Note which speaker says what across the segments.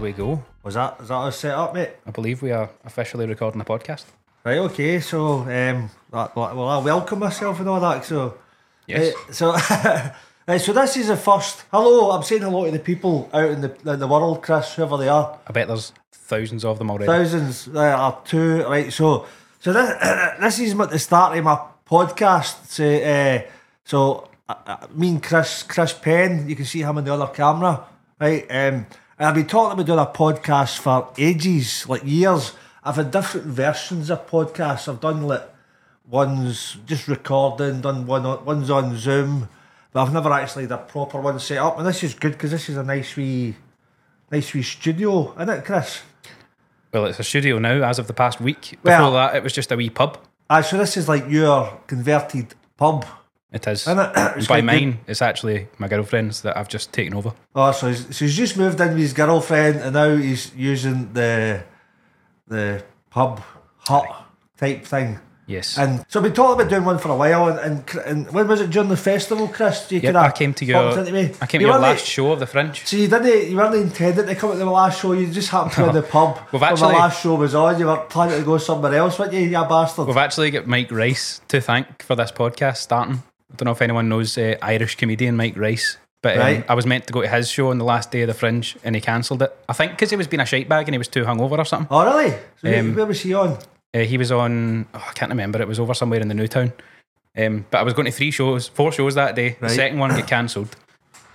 Speaker 1: we go.
Speaker 2: Was that is that us set up, mate?
Speaker 1: I believe we are officially recording a podcast.
Speaker 2: Right, okay, so um, that, well, I welcome myself and all that. So,
Speaker 1: Yes.
Speaker 2: eh, so, eh, so this is the first. Hello, I'm saying hello to the people out in the in the world, Chris, whoever they are.
Speaker 1: I bet there's thousands of them already.
Speaker 2: Thousands there are two. Right, so, so this this is at the start of my podcast. So, eh, so uh, uh, me and Chris Chris Penn, you can see him on the other camera, right? Um, and I've been talking about doing a podcast for ages, like years. I've had different versions of podcasts. I've done like one's just recording, done one on, one's on Zoom, but I've never actually had a proper one set up. And this is good because this is a nice wee, nice wee studio, isn't it, Chris?
Speaker 1: Well, it's a studio now as of the past week. Before
Speaker 2: Well-
Speaker 1: that, it was just a wee pub.
Speaker 2: Ah, so this is like your converted pub,
Speaker 1: It is.
Speaker 2: isn't it? It's
Speaker 1: By
Speaker 2: quite good.
Speaker 1: mine, it's actually my girlfriend's that I've just taken over.
Speaker 2: Oh, so he's, so he's just moved in with his girlfriend, and now he's using the the pub hut type thing.
Speaker 1: Yes.
Speaker 2: And so we talked about doing one for a while, and, and, cr- and when was it during the festival, Chris? You
Speaker 1: Yep,
Speaker 2: kinda
Speaker 1: I came to your,
Speaker 2: bumped into me.
Speaker 1: I came to
Speaker 2: You
Speaker 1: your
Speaker 2: weren't- e-,
Speaker 1: last show of the Fringe.
Speaker 2: So you didn't, you weren't intended to come at the last show. You just happened to be in the pub
Speaker 1: We've
Speaker 2: when
Speaker 1: actually-
Speaker 2: the last show was on. You were planning to go somewhere else, weren't you? You bastard.
Speaker 1: We've actually got Mike Rice to thank for this podcast starting. I don't know if anyone knows uh, Irish comedian Mike Rice, but um,
Speaker 2: Right.
Speaker 1: I was meant to go to his show on the last day of the Fringe and he cancelled it. I think because he was being a shite bag and he was too hungover or something.
Speaker 2: Oh, really? So where-
Speaker 1: Um,
Speaker 2: where was he on?
Speaker 1: Uh, he was on, oh, I can't remember, it was over somewhere in the New Town. Um, but I was going to three shows, four shows that day. The
Speaker 2: Right.
Speaker 1: second one got cancelled.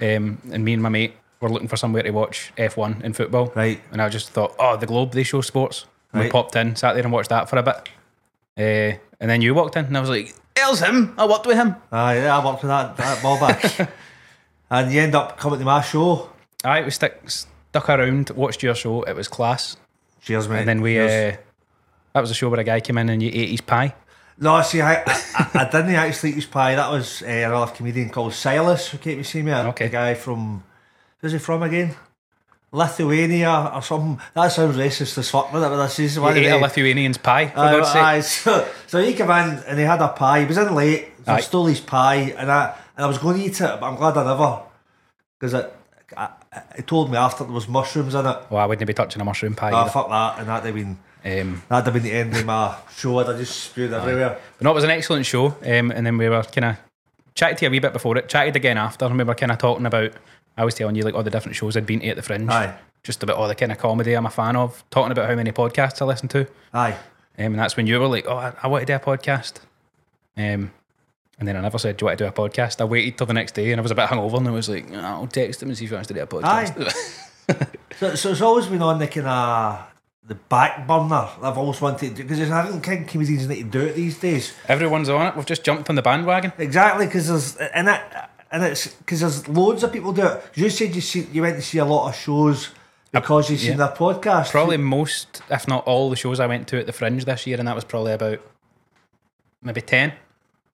Speaker 1: Um, and me and my mate were looking for somewhere to watch F1 in football.
Speaker 2: Right.
Speaker 1: And I just thought, oh, the Globe, they show sports. And We
Speaker 2: Right.
Speaker 1: popped in, sat there and watched that for a bit. Uh, and then you walked in and I was like, there's him. I worked with him.
Speaker 2: Aye, Ah, yeah, I worked with that, that ball back. and you end up coming to my show.
Speaker 1: I we stuck, stuck around, watched your show. It was class.
Speaker 2: Cheers, mate.
Speaker 1: And then we, uh,
Speaker 2: Cheers.
Speaker 1: that was a show where a guy came in and you ate his pie.
Speaker 2: No, see, I, I, I didn't actually eat his pie. That was uh, another comedian called Silas who came to see me. A,
Speaker 1: Okay.
Speaker 2: a guy from, where's he from again? Lithuania or something. That sounds racist as fuck, doesn't it? But this is
Speaker 1: You
Speaker 2: one of
Speaker 1: ate
Speaker 2: the-
Speaker 1: a Lithuanian's pie, for God's sake.
Speaker 2: Oh, Aye, so, so he came in and he had a pie. He was in late. So I
Speaker 1: Aye.
Speaker 2: stole his pie and I and I was going to eat it, but I'm glad I never because it, I, it told me after there was mushrooms in it.
Speaker 1: Well, I wouldn't be touching a mushroom pie
Speaker 2: Ah,
Speaker 1: either.
Speaker 2: fuck that, and that'd have been
Speaker 1: Um,
Speaker 2: that'd have been the end of my show. I'd have just spewed everywhere.
Speaker 1: but no, it was an excellent show. Um, and then we were kind of chatted to you a wee bit before it, chatted again after, and we were kind of talking about. I was telling you like all the different shows I'd been to at the Fringe,
Speaker 2: Aye.
Speaker 1: just about all the kind of comedy I'm a fan of. Talking about how many podcasts I listen to, um,
Speaker 2: Aye.
Speaker 1: and that's when you were like, "Oh, I, I want to do a podcast." Um, and then I never said, "Do you want to do a podcast?" I waited till the next day, and I was a bit hungover, and I was like, "I'll text him and see if he wants to do a podcast."
Speaker 2: So, so it's always been on the kind of the back burner. I've always wanted to do because I don't think comedians need to do it these days.
Speaker 1: Everyone's on it. We've just jumped on the bandwagon.
Speaker 2: Exactly, because there's and it and it's because there's loads of people do it. You said you see you went to see a lot of shows because you've seen
Speaker 1: yeah.
Speaker 2: their podcast.
Speaker 1: probably most, if not all, the shows I went to at the Fringe this year, and that was probably about maybe ten,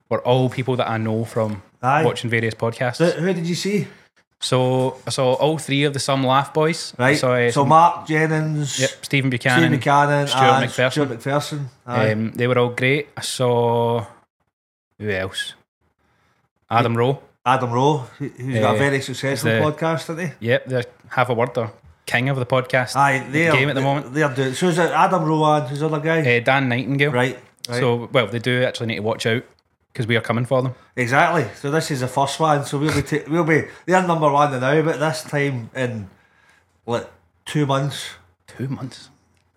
Speaker 1: were all people that I know from
Speaker 2: Aye.
Speaker 1: watching various podcasts.
Speaker 2: Who, who did you see?
Speaker 1: so I saw all three of the Some Laugh Boys. I
Speaker 2: Right.
Speaker 1: saw, uh,
Speaker 2: so Mark Jennings,
Speaker 1: yep, Stephen
Speaker 2: Steve
Speaker 1: Buchanan.
Speaker 2: Buchanan,
Speaker 1: Stuart
Speaker 2: and
Speaker 1: McPherson.
Speaker 2: Stuart McPherson. Aye.
Speaker 1: Um, they were all great. I saw who else? Adam Rowe.
Speaker 2: Adam Rowe, who- who's got
Speaker 1: eh,
Speaker 2: a very successful
Speaker 1: the-
Speaker 2: podcast, isn't he?
Speaker 1: Yep, they have a word. They're king of the podcast
Speaker 2: Aye, they're
Speaker 1: game at the
Speaker 2: they-
Speaker 1: moment.
Speaker 2: They're doing. So is it Adam Rowe and who's the other guy?
Speaker 1: Uh, Dan Nightingale.
Speaker 2: right. Right.
Speaker 1: So, well, they do actually need to watch out because we are coming for them.
Speaker 2: Exactly. So this is the first one. So we'll be ta- we'll be they're number one now, but this time in like two months.
Speaker 1: Two months.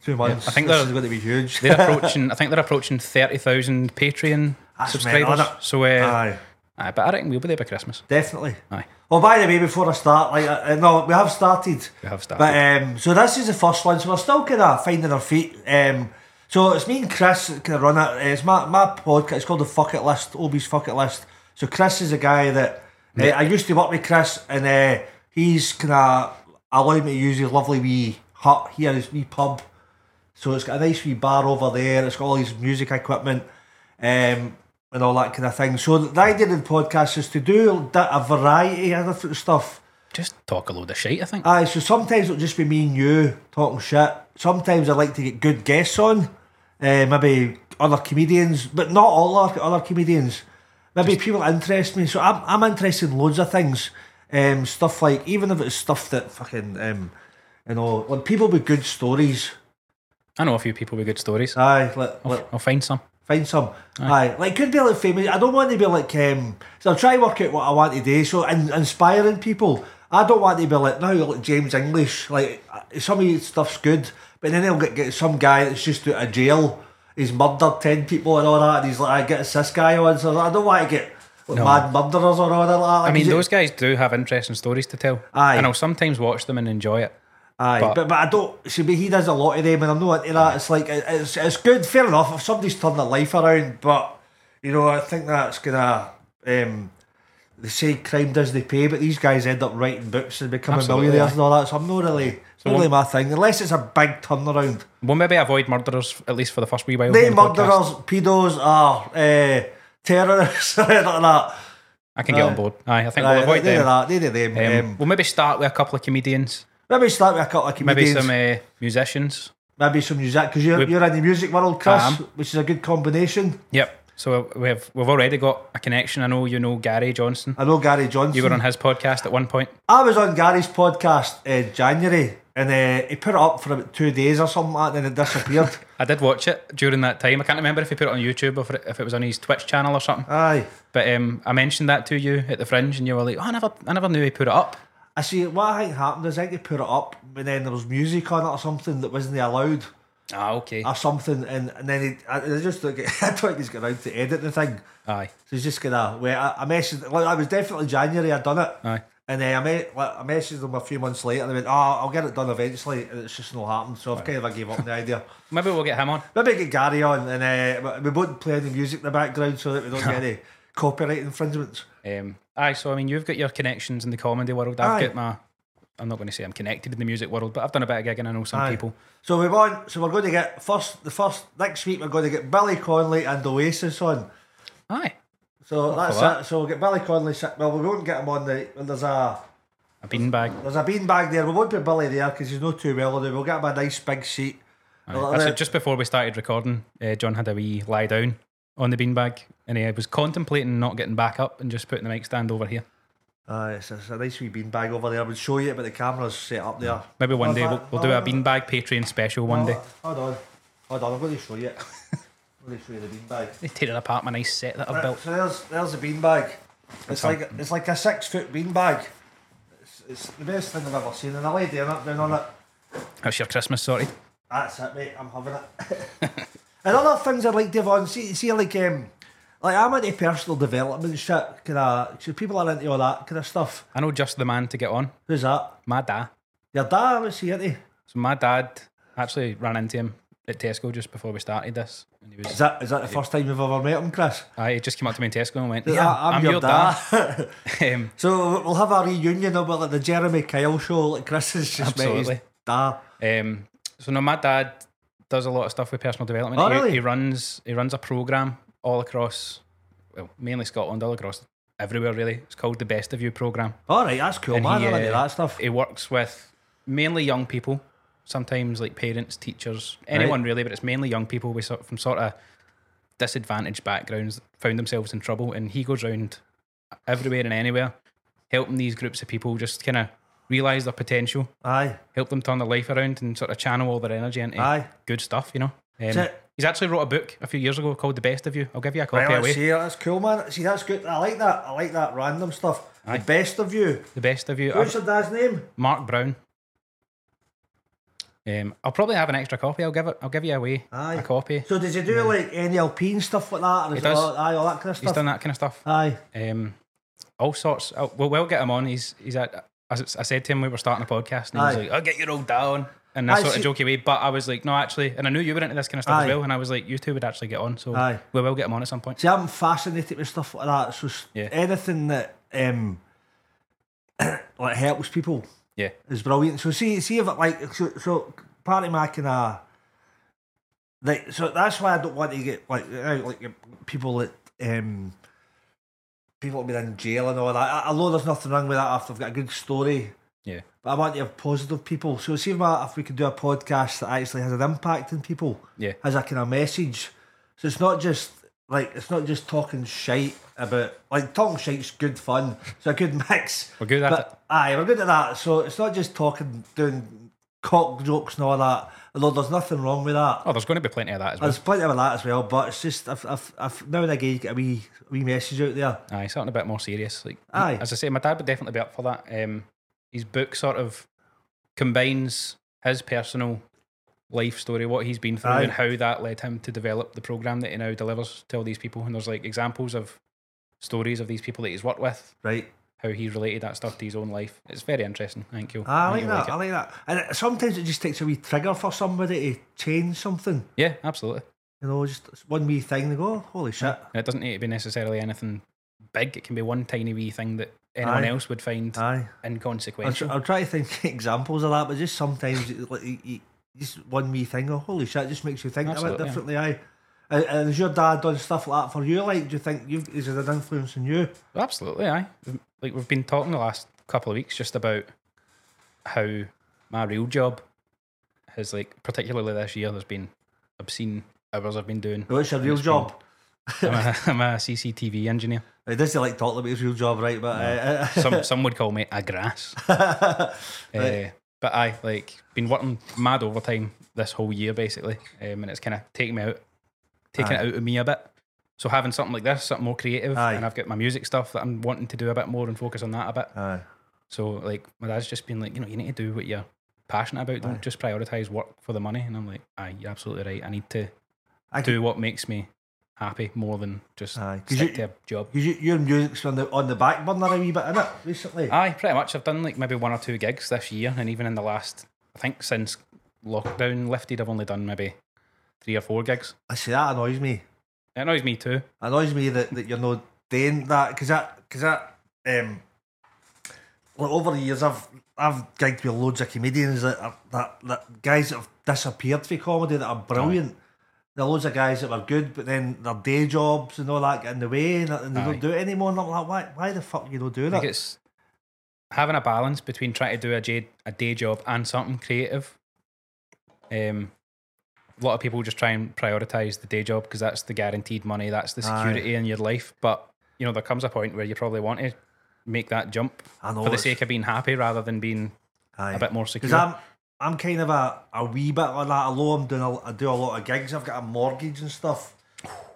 Speaker 2: Two months.
Speaker 1: I think
Speaker 2: this
Speaker 1: they're-
Speaker 2: is going to be huge.
Speaker 1: They're approaching. I think they're approaching thirty thousand Patreon
Speaker 2: That's
Speaker 1: subscribers.
Speaker 2: mental, innit?
Speaker 1: so, uh,
Speaker 2: Aye,
Speaker 1: aye, but I reckon we'll be there by Christmas.
Speaker 2: definitely.
Speaker 1: Aye,
Speaker 2: Well, by the way, before I start, like, uh, uh, no, we have started.
Speaker 1: we have started.
Speaker 2: But um, so this is the first one, so we're still kind of finding our feet. Um, so it's me and Chris that kind of run it. It's my, my podcast. It's called the Fuck It List, Obi's Fuck It List. So Chris is a guy that uh, I used to work with Chris, and uh, he's kind of allowed me to use his lovely wee hut here, his wee pub. So it's got a nice wee bar over there. It's got all his music equipment um, and all that kind of thing. So the idea of the podcast is to do da- a variety of different stuff.
Speaker 1: just talk a load of shit. I think.
Speaker 2: Aye, so sometimes it'll just be me and you talking shit. Sometimes I like to get good guests on, uh, maybe other comedians, but not all other, other comedians. Maybe people that interest me. So I'm, I'm interested in loads of things. Um, stuff like, even if it's stuff that fucking um, and all. When people with good stories,
Speaker 1: I know a few people with good stories.
Speaker 2: aye, like,
Speaker 1: I'll,
Speaker 2: like
Speaker 1: I'll find some.
Speaker 2: Find some. Aye. Like, could be like famous. I don't want to be like, um, so I'll try and work out what I want to do. So, in, inspiring people. I don't want to be like, no, like James English. Like, uh, some of his stuff's good, but then they'll get, get some guy that's just out of jail. He's murdered 10 people and all that, and he's like, I get this guy on. So, I don't want to get like, mad murderers or all that. Like,
Speaker 1: I mean,
Speaker 2: it-
Speaker 1: those guys do have interesting stories to tell.
Speaker 2: Aye.
Speaker 1: And I'll sometimes watch them and enjoy it.
Speaker 2: Aye,
Speaker 1: But-
Speaker 2: but, but, I don't. See, but he does a lot of them, and I'm not into that. It's like it- it's it's good, fair enough. If somebody's turned their life around, but you know, I think that's gonna. Um, they say crime does they pay, but these guys end up writing books and becoming
Speaker 1: Absolutely,
Speaker 2: millionaires and all that. So I'm not really, it's not
Speaker 1: one-
Speaker 2: really my thing, unless it's a big turnaround.
Speaker 1: Well, maybe avoid murderers, at least for the first wee while.
Speaker 2: They
Speaker 1: on the podcast.
Speaker 2: murderers, pedos, are uh, terrorists, like that.
Speaker 1: I can get on
Speaker 2: Aye.
Speaker 1: board. Aye, I think
Speaker 2: Right,
Speaker 1: we'll avoid
Speaker 2: they do
Speaker 1: them.
Speaker 2: that. They do them.
Speaker 1: Um,
Speaker 2: Um,
Speaker 1: we'll maybe start with a couple of comedians,
Speaker 2: maybe start with a couple of
Speaker 1: maybe
Speaker 2: comedians.
Speaker 1: some uh, musicians.
Speaker 2: maybe some music because you're,
Speaker 1: We-
Speaker 2: you're in the music world, Chris,
Speaker 1: I am.
Speaker 2: which is a good combination.
Speaker 1: Yep. So we have we've already got a connection. I know you know Gary Johnson.
Speaker 2: I know Gary Johnson.
Speaker 1: You were on his podcast at one point.
Speaker 2: I was on Gary's podcast in January, and uh, he put it up for about two days or something like that, and it disappeared.
Speaker 1: I did watch it during that time. I can't remember if he put it on YouTube or if it- if it was on his Twitch channel or something.
Speaker 2: Aye.
Speaker 1: But um, I mentioned that to you at the fringe, and you were like, "Oh, I never, I never knew he put it up."
Speaker 2: I see. What I think happened is I think they put it up, and then there was music on it or something that wasn't allowed
Speaker 1: Ah, okay.
Speaker 2: or something, and, and then he, I, I just don't get, I don't think he's got around to edit the thing.
Speaker 1: Aye,
Speaker 2: So he's just gonna wait. I, I messaged. Like, I was definitely January. I done it.
Speaker 1: aye.
Speaker 2: And then I, me- like, I messaged them a few months later. and They went, "Oh, I'll get it done eventually," and it's just not happened. So I've kind of I gave up on the idea.
Speaker 1: Maybe we'll get him on.
Speaker 2: Maybe get Gary on and uh, we won't play any music in the background so that we don't get any copyright infringements.
Speaker 1: Um, aye. So I mean, you've got your connections in the comedy world. I've
Speaker 2: Aye.
Speaker 1: got my. I'm not going to say I'm connected in the music world, but I've done a bit of gigging. I know some
Speaker 2: Aye.
Speaker 1: people.
Speaker 2: So we want so we're going to get first the first next week we're going to get Billy Conley and Oasis on.
Speaker 1: Aye.
Speaker 2: So that's
Speaker 1: that.
Speaker 2: it. So we'll get Billy Conley sit- well we won't get him on the well, there's a
Speaker 1: A beanbag.
Speaker 2: there's a beanbag there. We won't put Billy there because he's not too well on it. We'll get him a nice big seat.
Speaker 1: Aye. That's
Speaker 2: uh,
Speaker 1: it. Just before we started recording, uh, John had a wee lie down on the beanbag, and he was contemplating not getting back up and just putting the mic stand over here.
Speaker 2: Aye, it's, it's a nice wee beanbag over there. I would show you it but the camera's set up there.
Speaker 1: Maybe one
Speaker 2: Well,
Speaker 1: day
Speaker 2: that-
Speaker 1: we'll, we'll do a
Speaker 2: well,
Speaker 1: beanbag Patreon special one day.
Speaker 2: Hold on. Hold on, I'm going to show you it. I'm going to show you the beanbag.
Speaker 1: They tear it apart my nice set that I've built.
Speaker 2: So there's there's a beanbag. It's
Speaker 1: fun.
Speaker 2: like it's like a six foot beanbag. It's, it's the best thing I've ever seen, and I lay down up down on it.
Speaker 1: That's your Christmas sorted.
Speaker 2: That's it, mate. I'm having it. and other things I'd like to have on. See, see, like um, like I'm into personal development shit. Kind of, so people are into all that kind of stuff.
Speaker 1: I know just the man to get on.
Speaker 2: Who's that?
Speaker 1: My dad.
Speaker 2: Your dad? What's he into?
Speaker 1: So my dad actually ran into him at Tesco just before we started this, and he
Speaker 2: Is
Speaker 1: was.
Speaker 2: that is that the first time you've ever met him, Chris?
Speaker 1: I he just came up to me in Tesco and went,
Speaker 2: Is
Speaker 1: "Yeah,
Speaker 2: that-
Speaker 1: I'm, your, dad." um,
Speaker 2: so we'll have a reunion of like the Jeremy Kyle show. Like Chris has just met
Speaker 1: Absolutely.
Speaker 2: his dad.
Speaker 1: um, so no, my dad does a lot of stuff with personal development.
Speaker 2: Oh,
Speaker 1: he,
Speaker 2: really?
Speaker 1: he runs he runs a program all across, well, mainly Scotland, all across everywhere really. It's called the Best of You program.
Speaker 2: All right, that's cool,
Speaker 1: And
Speaker 2: man.
Speaker 1: he,
Speaker 2: I like
Speaker 1: uh,
Speaker 2: that stuff.
Speaker 1: It works with mainly young people, sometimes like parents, teachers, anyone really, but it's mainly young people with sort from sort of disadvantaged backgrounds that found themselves in trouble. And he goes round everywhere and anywhere, helping these groups of people just kind of realize their potential,
Speaker 2: Aye.
Speaker 1: help them turn their life around, and sort of channel all their energy into
Speaker 2: Aye.
Speaker 1: good stuff. You know. Um,
Speaker 2: So-
Speaker 1: he's actually wrote a book a few years ago called "The Best of You." I'll give you a copy
Speaker 2: Right, let's
Speaker 1: away.
Speaker 2: see. That's cool, man. See, that's good. I like that. I like that random stuff. The best of you.
Speaker 1: The best of you.
Speaker 2: What's your dad's name?
Speaker 1: Mark Brown. Um, I'll probably have an extra copy. I'll give it. I'll give you away
Speaker 2: Aye.
Speaker 1: a copy.
Speaker 2: So did you do like NLP and stuff like that? Or
Speaker 1: He
Speaker 2: is
Speaker 1: does.
Speaker 2: All, aye, all that kind of
Speaker 1: He's
Speaker 2: stuff.
Speaker 1: done that kind of stuff.
Speaker 2: Aye.
Speaker 1: Um, all sorts. Oh, well, we'll get him on. He's he's at. As I said to him, we were starting a podcast, and he was
Speaker 2: Aye.
Speaker 1: like, "I'll get your old down," and that
Speaker 2: Aye,
Speaker 1: sort of
Speaker 2: see-
Speaker 1: jokey way. But I was like, "No, actually," and I knew you were into this kind of stuff as
Speaker 2: Aye.
Speaker 1: well. And I was like, "You two would actually get on, so
Speaker 2: Aye.
Speaker 1: we will get him on at some point."
Speaker 2: See, I'm fascinated with stuff like that. So s-
Speaker 1: Yeah.
Speaker 2: anything that um like helps people
Speaker 1: Yeah,
Speaker 2: is brilliant. So see, see if it like so. so part of my kind of like so that's why I don't want to get like you know, like people that um people have been in jail and all that. I, I know there's nothing wrong with that after I've got a good story.
Speaker 1: yeah,
Speaker 2: But I want to have positive people. So see if, I, if we can do a podcast that actually has an impact on people,
Speaker 1: yeah.
Speaker 2: has a kind of message. So it's not just like it's not just talking shite about like talking shite's good fun. It's a good mix.
Speaker 1: We're good at
Speaker 2: But aye, we're good at that. So it's not just talking, doing cock jokes and all that. Although there's nothing wrong with that.
Speaker 1: Oh, there's going to be plenty of that as well.
Speaker 2: There's plenty of that as well, but it's just I've, I've, I've, now and again you get a wee, a wee message out there.
Speaker 1: Aye, something a bit more serious. Like
Speaker 2: Aye.
Speaker 1: as I say, my dad would definitely be up for that. Um, his book sort of combines his personal life story, what he's been through,
Speaker 2: Aye.
Speaker 1: and how that led him to develop the program that he now delivers to all these people. And there's like examples of stories of these people that he's worked with,
Speaker 2: Right.
Speaker 1: how he related that stuff to his own life. It's very interesting. Thank you.
Speaker 2: Ah, I like that. I like that. And it- sometimes it just takes a wee trigger for somebody to change something.
Speaker 1: yeah, absolutely.
Speaker 2: You know, just one wee thing. They go, "Oh, holy shit.
Speaker 1: And it doesn't need to be necessarily anything big. It can be one tiny wee thing that anyone
Speaker 2: Aye.
Speaker 1: else would find
Speaker 2: Aye. I'll,
Speaker 1: inconsequential.
Speaker 2: tr- I'll try to think examples of that, but just sometimes it- like, you, you- just one wee thing. Oh, holy shit! Just makes you think about it
Speaker 1: Absolutely, yeah.
Speaker 2: differently. Aye. And, and has your dad done stuff like that for you? Like, do you think you've is it an influence on you?
Speaker 1: Absolutely, aye. Like we've been talking the last couple of weeks just about how my real job has like particularly this year there's been obscene hours I've been doing.
Speaker 2: What's your real
Speaker 1: It's been-
Speaker 2: job?
Speaker 1: I'm a, I'm a CCTV engineer.
Speaker 2: He does he like talking about his real job, right? But uh,
Speaker 1: Some some would call me a grass.
Speaker 2: uh,
Speaker 1: Uh, but I like been working mad overtime this whole year basically, um, and it's kind of taking me out, taking it out of me a bit. So having something like this, something more creative,
Speaker 2: Aye.
Speaker 1: and I've got my music stuff that I'm wanting to do a bit more and focus on that a bit.
Speaker 2: aye.
Speaker 1: So like my dad's just been like, you know, you need to do what you're passionate about. Don't just prioritize work for the money. And I'm like, aye, you're absolutely right. I need to
Speaker 2: I
Speaker 1: do what makes me happy more than just
Speaker 2: Aye, 'cause
Speaker 1: stick
Speaker 2: you-
Speaker 1: to a job.
Speaker 2: 'Cause you, your music's on the on the back burner a wee bit, innit, recently?
Speaker 1: Aye, pretty much. I've done like maybe one or two gigs this year, and even in the last, I think since lockdown lifted, I've only done maybe three or four gigs.
Speaker 2: I see that annoys me.
Speaker 1: It annoys me too.
Speaker 2: annoys me that, that you're not doing that because that because that um well, over the years I've I've gigged with loads of comedians that are, that that guys that have disappeared for comedy that are brilliant. There are loads of guys that were good, but then their day jobs and all that get in the way, and, and they
Speaker 1: Aye.
Speaker 2: don't do it anymore. And I'm like, why why the fuck you not doing
Speaker 1: I think
Speaker 2: it?
Speaker 1: it's having a balance between trying to do a day, a day job and something creative. Um, a lot of people just try and prioritize the day job because that's the guaranteed money, that's the
Speaker 2: Aye.
Speaker 1: security in your life. But you know, there comes a point where you probably want to make that jump
Speaker 2: I know
Speaker 1: for the
Speaker 2: it's-
Speaker 1: sake of being happy rather than being
Speaker 2: aye.
Speaker 1: a bit more
Speaker 2: Because
Speaker 1: secure.
Speaker 2: I'm I'm kind of a, a wee bit like that. Although I'm doing a, I do a lot of gigs. I've got a mortgage and stuff.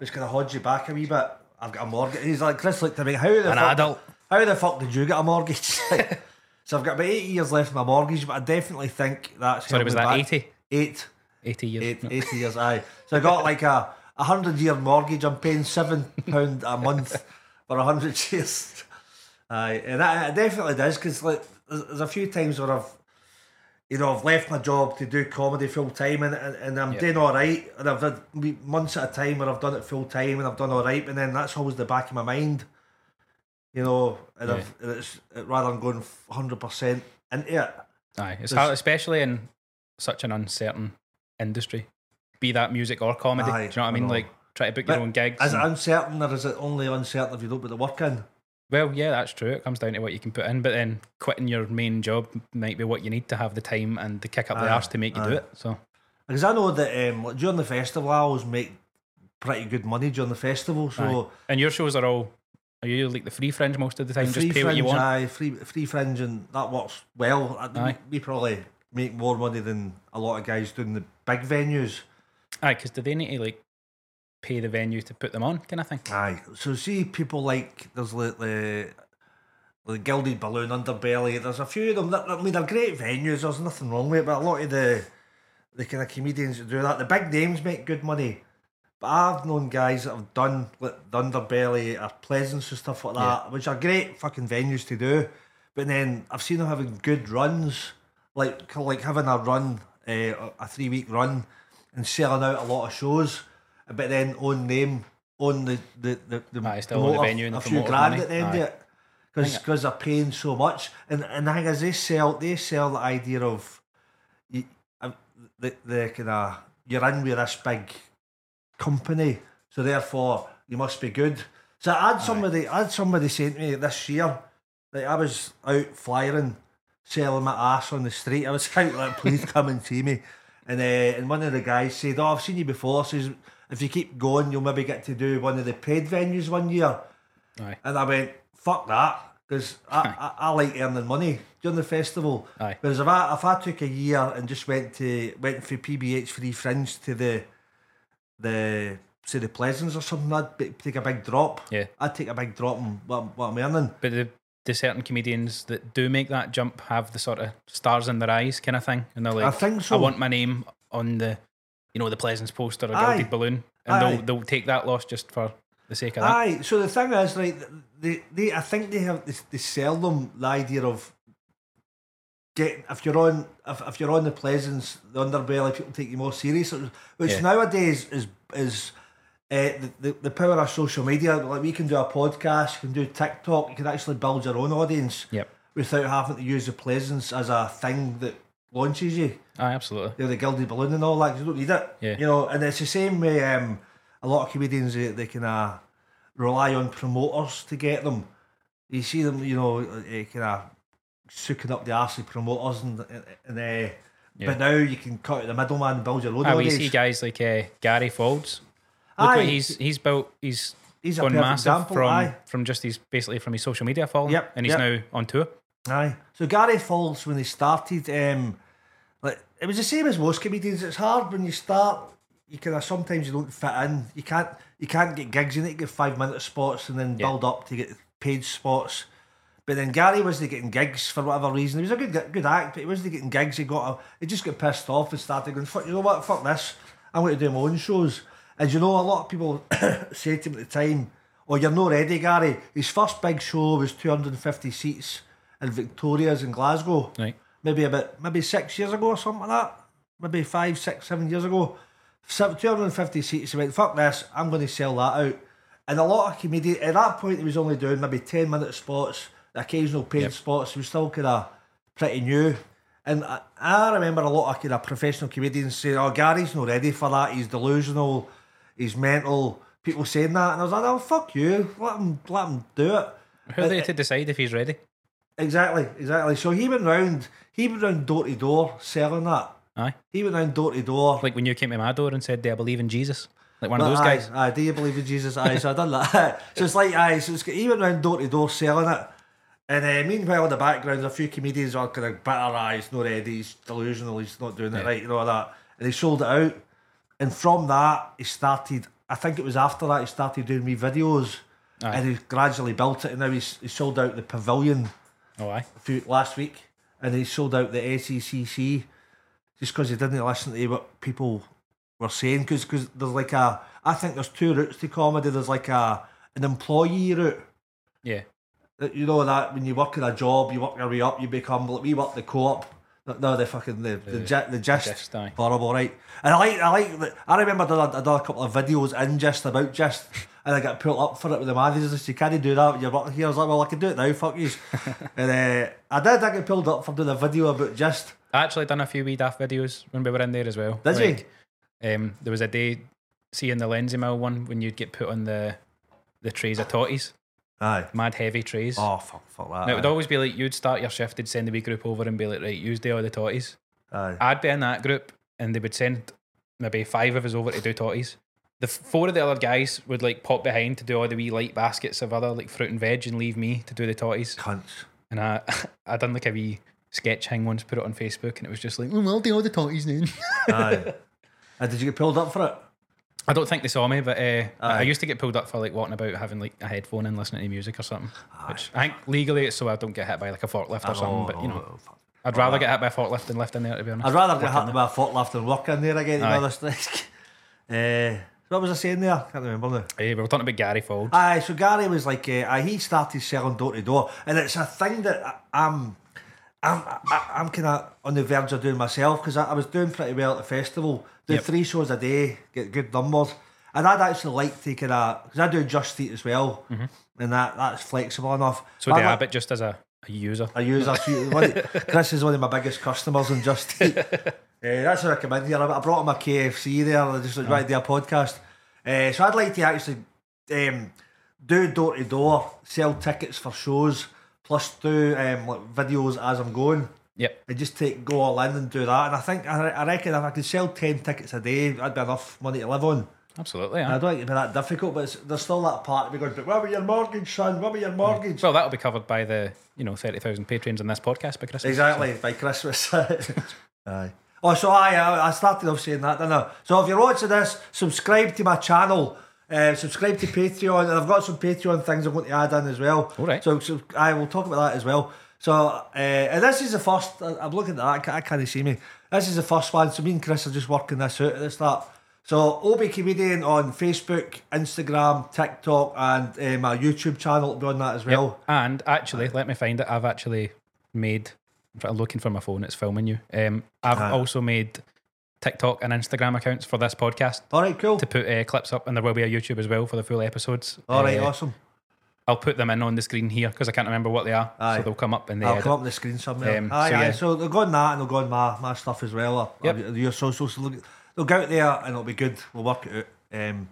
Speaker 2: It's gonna hold you back a wee bit. I've got a mortgage. He's like Chris looked at me. How the
Speaker 1: An
Speaker 2: fuck,
Speaker 1: adult.
Speaker 2: How the fuck did you get a mortgage? so I've got about eight years left of my mortgage, but I definitely think that's.
Speaker 1: Sorry,
Speaker 2: held
Speaker 1: was
Speaker 2: me
Speaker 1: that
Speaker 2: back.
Speaker 1: 80?
Speaker 2: Eight,
Speaker 1: Eighty years.
Speaker 2: eight, 80 years. Aye. So I got like a a hundred year mortgage. I'm paying seven pound a month for a hundred years. Aye, and that it definitely does because like there's, there's a few times where I've you know I've left my job to do comedy full time and, and and I'm doing all right and I've had wee- months at a time where I've done it full time and I've done all right, but then that's always the back of my mind, you know, and I've and it's rather than going hundred percent into it.
Speaker 1: Aye, it's
Speaker 2: There's-
Speaker 1: hard, especially in such an uncertain industry, be that music or comedy.
Speaker 2: Aye,
Speaker 1: do you know what I
Speaker 2: I
Speaker 1: mean?
Speaker 2: know.
Speaker 1: Like try to book your
Speaker 2: But
Speaker 1: own gigs.
Speaker 2: Is it
Speaker 1: and-
Speaker 2: uncertain or is it only uncertain if you don't put the work in?
Speaker 1: Well, yeah, that's true. It comes down to what you can put in, but then quitting your main job might be what you need to have the time and the kick up the
Speaker 2: Aye,
Speaker 1: arse to make you do
Speaker 2: aye.
Speaker 1: it. So,
Speaker 2: Because I know that um, like, during the festival, I always make pretty good money during the festival. So
Speaker 1: and your shows are all are you like the free fringe most of the time?
Speaker 2: free
Speaker 1: Just pay
Speaker 2: fringe,
Speaker 1: what you want.
Speaker 2: aye, free free fringe, and that works well. I,
Speaker 1: Aye.
Speaker 2: We, we probably make more money than a lot of guys doing the big venues.
Speaker 1: Aye, because do they need to like pay the venue to put them on? Kind of thing.
Speaker 2: Aye. So see people like there's like the. The Gilded Balloon Underbelly, there's a few of them that, I mean, they're great venues, there's nothing wrong with it, but a lot of the the kind of comedians that do that, the big names make good money. But I've known guys that have done like the underbelly or Pleasance and stuff like that, which are great fucking venues to do. But then I've seen them having good runs, like kinda like having a run, uh, a three week run, and selling out a lot of shows. But then own name, own the the the, the,
Speaker 1: Aye, still own the venue and the
Speaker 2: a few
Speaker 1: promoter's
Speaker 2: grand
Speaker 1: money.
Speaker 2: at the end
Speaker 1: Aye.
Speaker 2: of it, because they're paying so much. And and I think as they sell, they sell the idea of you, um, the, the kind of you're in with this big company, so therefore you must be good. So I had somebody, I had somebody saying to me this year that I was out flyering, selling my ass on the street. I was out like, please come and see me. And uh, and one of the guys said, oh, I've seen you before. Says if you keep going, you'll maybe get to do one of the paid venues one year.
Speaker 1: Aye.
Speaker 2: And I went, fuck that. because I, I, I like earning money during the festival.
Speaker 1: Aye.
Speaker 2: Whereas if I if I took a year and just went to went for PBH free fringe to the the say the Pleasance or something, I'd b- take a big drop.
Speaker 1: Yeah.
Speaker 2: I'd take a big drop in what, I'm- what I'm earning.
Speaker 1: But the, the certain comedians that do make that jump have the sort of stars in their eyes kind of thing, and they're like,
Speaker 2: I think so.
Speaker 1: I want my name on the, you know, the Pleasance poster or
Speaker 2: Aye.
Speaker 1: Gilded Balloon, and
Speaker 2: Aye.
Speaker 1: they'll they'll take that loss just for the sake of that.
Speaker 2: Aye. So the thing is, like, they, they I think they have they, they sell them the idea of getting if you're on if, if you're on the Pleasance, the underbelly people take you more serious, which
Speaker 1: Yeah.
Speaker 2: nowadays is is. Uh, the, the, the power of social media, like we can do a podcast, you can do TikTok, you can actually build your own audience
Speaker 1: Yep.
Speaker 2: without having to use the Pleasance as a thing that launches you
Speaker 1: Aye, absolutely.
Speaker 2: you know, the gilded balloon and all that. 'cause You don't need it.
Speaker 1: Yeah.
Speaker 2: You know, and it's the same way. Um, a lot of comedians they, they can uh, rely on promoters to get them. You see them, you know, uh, kind of sucking up the arse of promoters, and and uh,
Speaker 1: Yeah.
Speaker 2: but now you can cut out the middleman and build your own
Speaker 1: Aye, well, you
Speaker 2: audience.
Speaker 1: see guys like uh, Gary Folds. Look
Speaker 2: Aye.
Speaker 1: what he's he's built. He's
Speaker 2: He's a
Speaker 1: gone
Speaker 2: perfect
Speaker 1: massive
Speaker 2: example,
Speaker 1: from
Speaker 2: aye.
Speaker 1: from just his basically from his social media following.
Speaker 2: Yep,
Speaker 1: And he's
Speaker 2: yep.
Speaker 1: now on tour.
Speaker 2: Aye. So Gary Falls, when he started, um, like it was the same as most comedians. It's hard when you start. You kind of sometimes you don't fit in. You can't you can't get gigs. You need to get five minute spots and then build up to get paid spots. But then Gary wasn't getting gigs for whatever reason. He was a good good act, but he wasn't getting gigs. He got a, he just got pissed off and started going. Fuck you know what? Fuck this. I'm going to do my own shows. And you know, a lot of people said to him at the time, "Oh, you're not ready, Gary." His first big show was 250 seats in Victoria's in Glasgow.
Speaker 1: Right.
Speaker 2: Maybe about maybe six years ago or something like that. Maybe five, six, seven years ago. Sev- 250 seats. He went, fuck this, I'm going to sell that out. And a lot of comedians, at that point, he was only doing maybe 10 minute spots, the occasional paid
Speaker 1: Yep.
Speaker 2: spots. He was still kind of pretty new. And I, I remember a lot of kind of professional comedians saying, oh, Gary's not ready for that. He's delusional. He's mental. People saying that. And I was like, oh, fuck you. Let him, let him do it.
Speaker 1: Who are they
Speaker 2: Uh,
Speaker 1: to decide if he's ready?
Speaker 2: Exactly, exactly. So he went round, he went round door to door selling that.
Speaker 1: Aye.
Speaker 2: He went round door to door.
Speaker 1: Like when you came to my door and said, "Do I believe in Jesus?" Like one of
Speaker 2: But
Speaker 1: those
Speaker 2: aye,
Speaker 1: guys.
Speaker 2: Aye, do you believe in Jesus? Aye, so I done that. so it's like, aye, so it's, he went round door to door selling it. And uh, meanwhile, in the background, a few comedians are kind of bitter, aye, he's not ready, he's delusional, he's not doing it
Speaker 1: Yeah.
Speaker 2: right, and all that. And he sold it out. And from that, he started, I think it was after that, he started doing me videos.
Speaker 1: Aye.
Speaker 2: And he gradually built it, and now he's, he sold out the pavilion.
Speaker 1: Oh, aye.
Speaker 2: few, last week, and he sold out the SECC just because he didn't listen to what people were saying. Because there's like a, I think there's two routes to comedy. There's like a an employee route.
Speaker 1: Yeah.
Speaker 2: that- You know that when you work in a job, you work your way up, you become like we work the co-op. No, the fucking the the, gi- the gist,
Speaker 1: gist, aye.
Speaker 2: horrible, right? And I like I like the, I remember I done, a, I done a couple of videos in just about just, and I got pulled up for it with the managers. They said, "Can you do that? when You're working here." I was like, "Well, I can do it now, fuck you." and uh, I did. I got pulled up for doing a video about just.
Speaker 1: I actually done a few wee daft videos when we were in there as well.
Speaker 2: Did you?
Speaker 1: you? Um, there was a day, see in the Lindsay Mill one when you'd get put on the the trays of totties,
Speaker 2: Aye.
Speaker 1: mad heavy trays.
Speaker 2: Oh fuck, fuck that.
Speaker 1: Now, it would
Speaker 2: aye.
Speaker 1: always be like you'd start your shift, they'd send the wee group over and be like, right, use do all the totties.
Speaker 2: Aye.
Speaker 1: I'd be in that group and they would send maybe five of us over to do totties. The f- four of the other guys would like pop behind to do all the wee light baskets of other like fruit and veg and leave me to do the totties.
Speaker 2: Cunts.
Speaker 1: And I I done like a wee sketch hang once, put it on Facebook, and it was just like, mm, I'll do all the totties now.
Speaker 2: Aye. and did you get pulled up for it?
Speaker 1: I don't think they saw me, but uh, I used to get pulled up for like walking about having like a headphone and listening to music or something. Which I think legally it's so I don't get hit by like a forklift or something. But you know,
Speaker 2: Oh, fuck.
Speaker 1: I'd rather get hit by a forklift than left in there to be honest.
Speaker 2: I'd rather get hit by a forklift than work in there again. You
Speaker 1: Aye.
Speaker 2: know, this thing. uh, what was I saying there? I can't remember now.
Speaker 1: Hey, we were talking about Gary Fold.
Speaker 2: Aye, so Gary was like, uh, aye, he started selling door to door, and it's a thing that I, I'm, I'm, I, I'm kind of on the verge of doing myself because I, I was doing pretty well at the festival, do
Speaker 1: Yep.
Speaker 2: three shows a day, get good numbers, and I'd actually like to kind of because I do just eat as well, and that that's flexible enough.
Speaker 1: so
Speaker 2: I'd
Speaker 1: the
Speaker 2: like-
Speaker 1: Abbott just as a, a user.
Speaker 2: I use that. She, one of- Chris is one of my biggest customers and just Eat. Eh, that's what I come in here. I I brought my KFC there. I just like, right there, podcast. Eh, so I'd like to actually um, do door to door, sell tickets for shows, plus do um, like videos as I'm going,
Speaker 1: Yep.
Speaker 2: and just take go all in and do that. And I think I, I reckon if I could sell ten tickets a day, that'd be enough money to live on.
Speaker 1: Absolutely.
Speaker 2: I
Speaker 1: aye.
Speaker 2: don't think it'd be that difficult, but it's, there's still that part of me going, but what about your mortgage, son? What about your mortgage?
Speaker 1: Well, that'll be covered by the you know thirty thousand patrons on this podcast by Christmas.
Speaker 2: Exactly, by Christmas. Aye. Oh, so I, I I started off saying that, didn't I? So if you're watching this, subscribe to my channel. Uh, subscribe to Patreon, and I've got some Patreon things I'm going to add in as well.
Speaker 1: All right.
Speaker 2: So, so I will talk about that as well. So, uh, and this is the first. I- I'm looking at that. I ca- I can't see me. This is the first one. So me and Chris are just working this out at the start. So Obi comedian on Facebook, Instagram, TikTok, and uh, my YouTube channel will be on that as well.
Speaker 1: And actually, let me find it. I've actually made. in fact, I'm looking for my phone. It's filming you. Um, I've
Speaker 2: Ah.
Speaker 1: also made TikTok and Instagram accounts for this podcast
Speaker 2: All right, cool.
Speaker 1: to put uh, clips up, and there will be a YouTube as well for the full episodes.
Speaker 2: All right,
Speaker 1: Uh,
Speaker 2: awesome.
Speaker 1: I'll put them in on the screen here because I can't remember what they are,
Speaker 2: Aye.
Speaker 1: so they'll come up in the
Speaker 2: I'll
Speaker 1: edit.
Speaker 2: come up on the screen somewhere.
Speaker 1: Um,
Speaker 2: aye,
Speaker 1: so,
Speaker 2: aye.
Speaker 1: yeah.
Speaker 2: So they'll go on that and they'll go on my, my stuff as well. Or,
Speaker 1: Yep.
Speaker 2: or your socials. They'll, they'll go out there and it'll be good. We'll work it out. Um,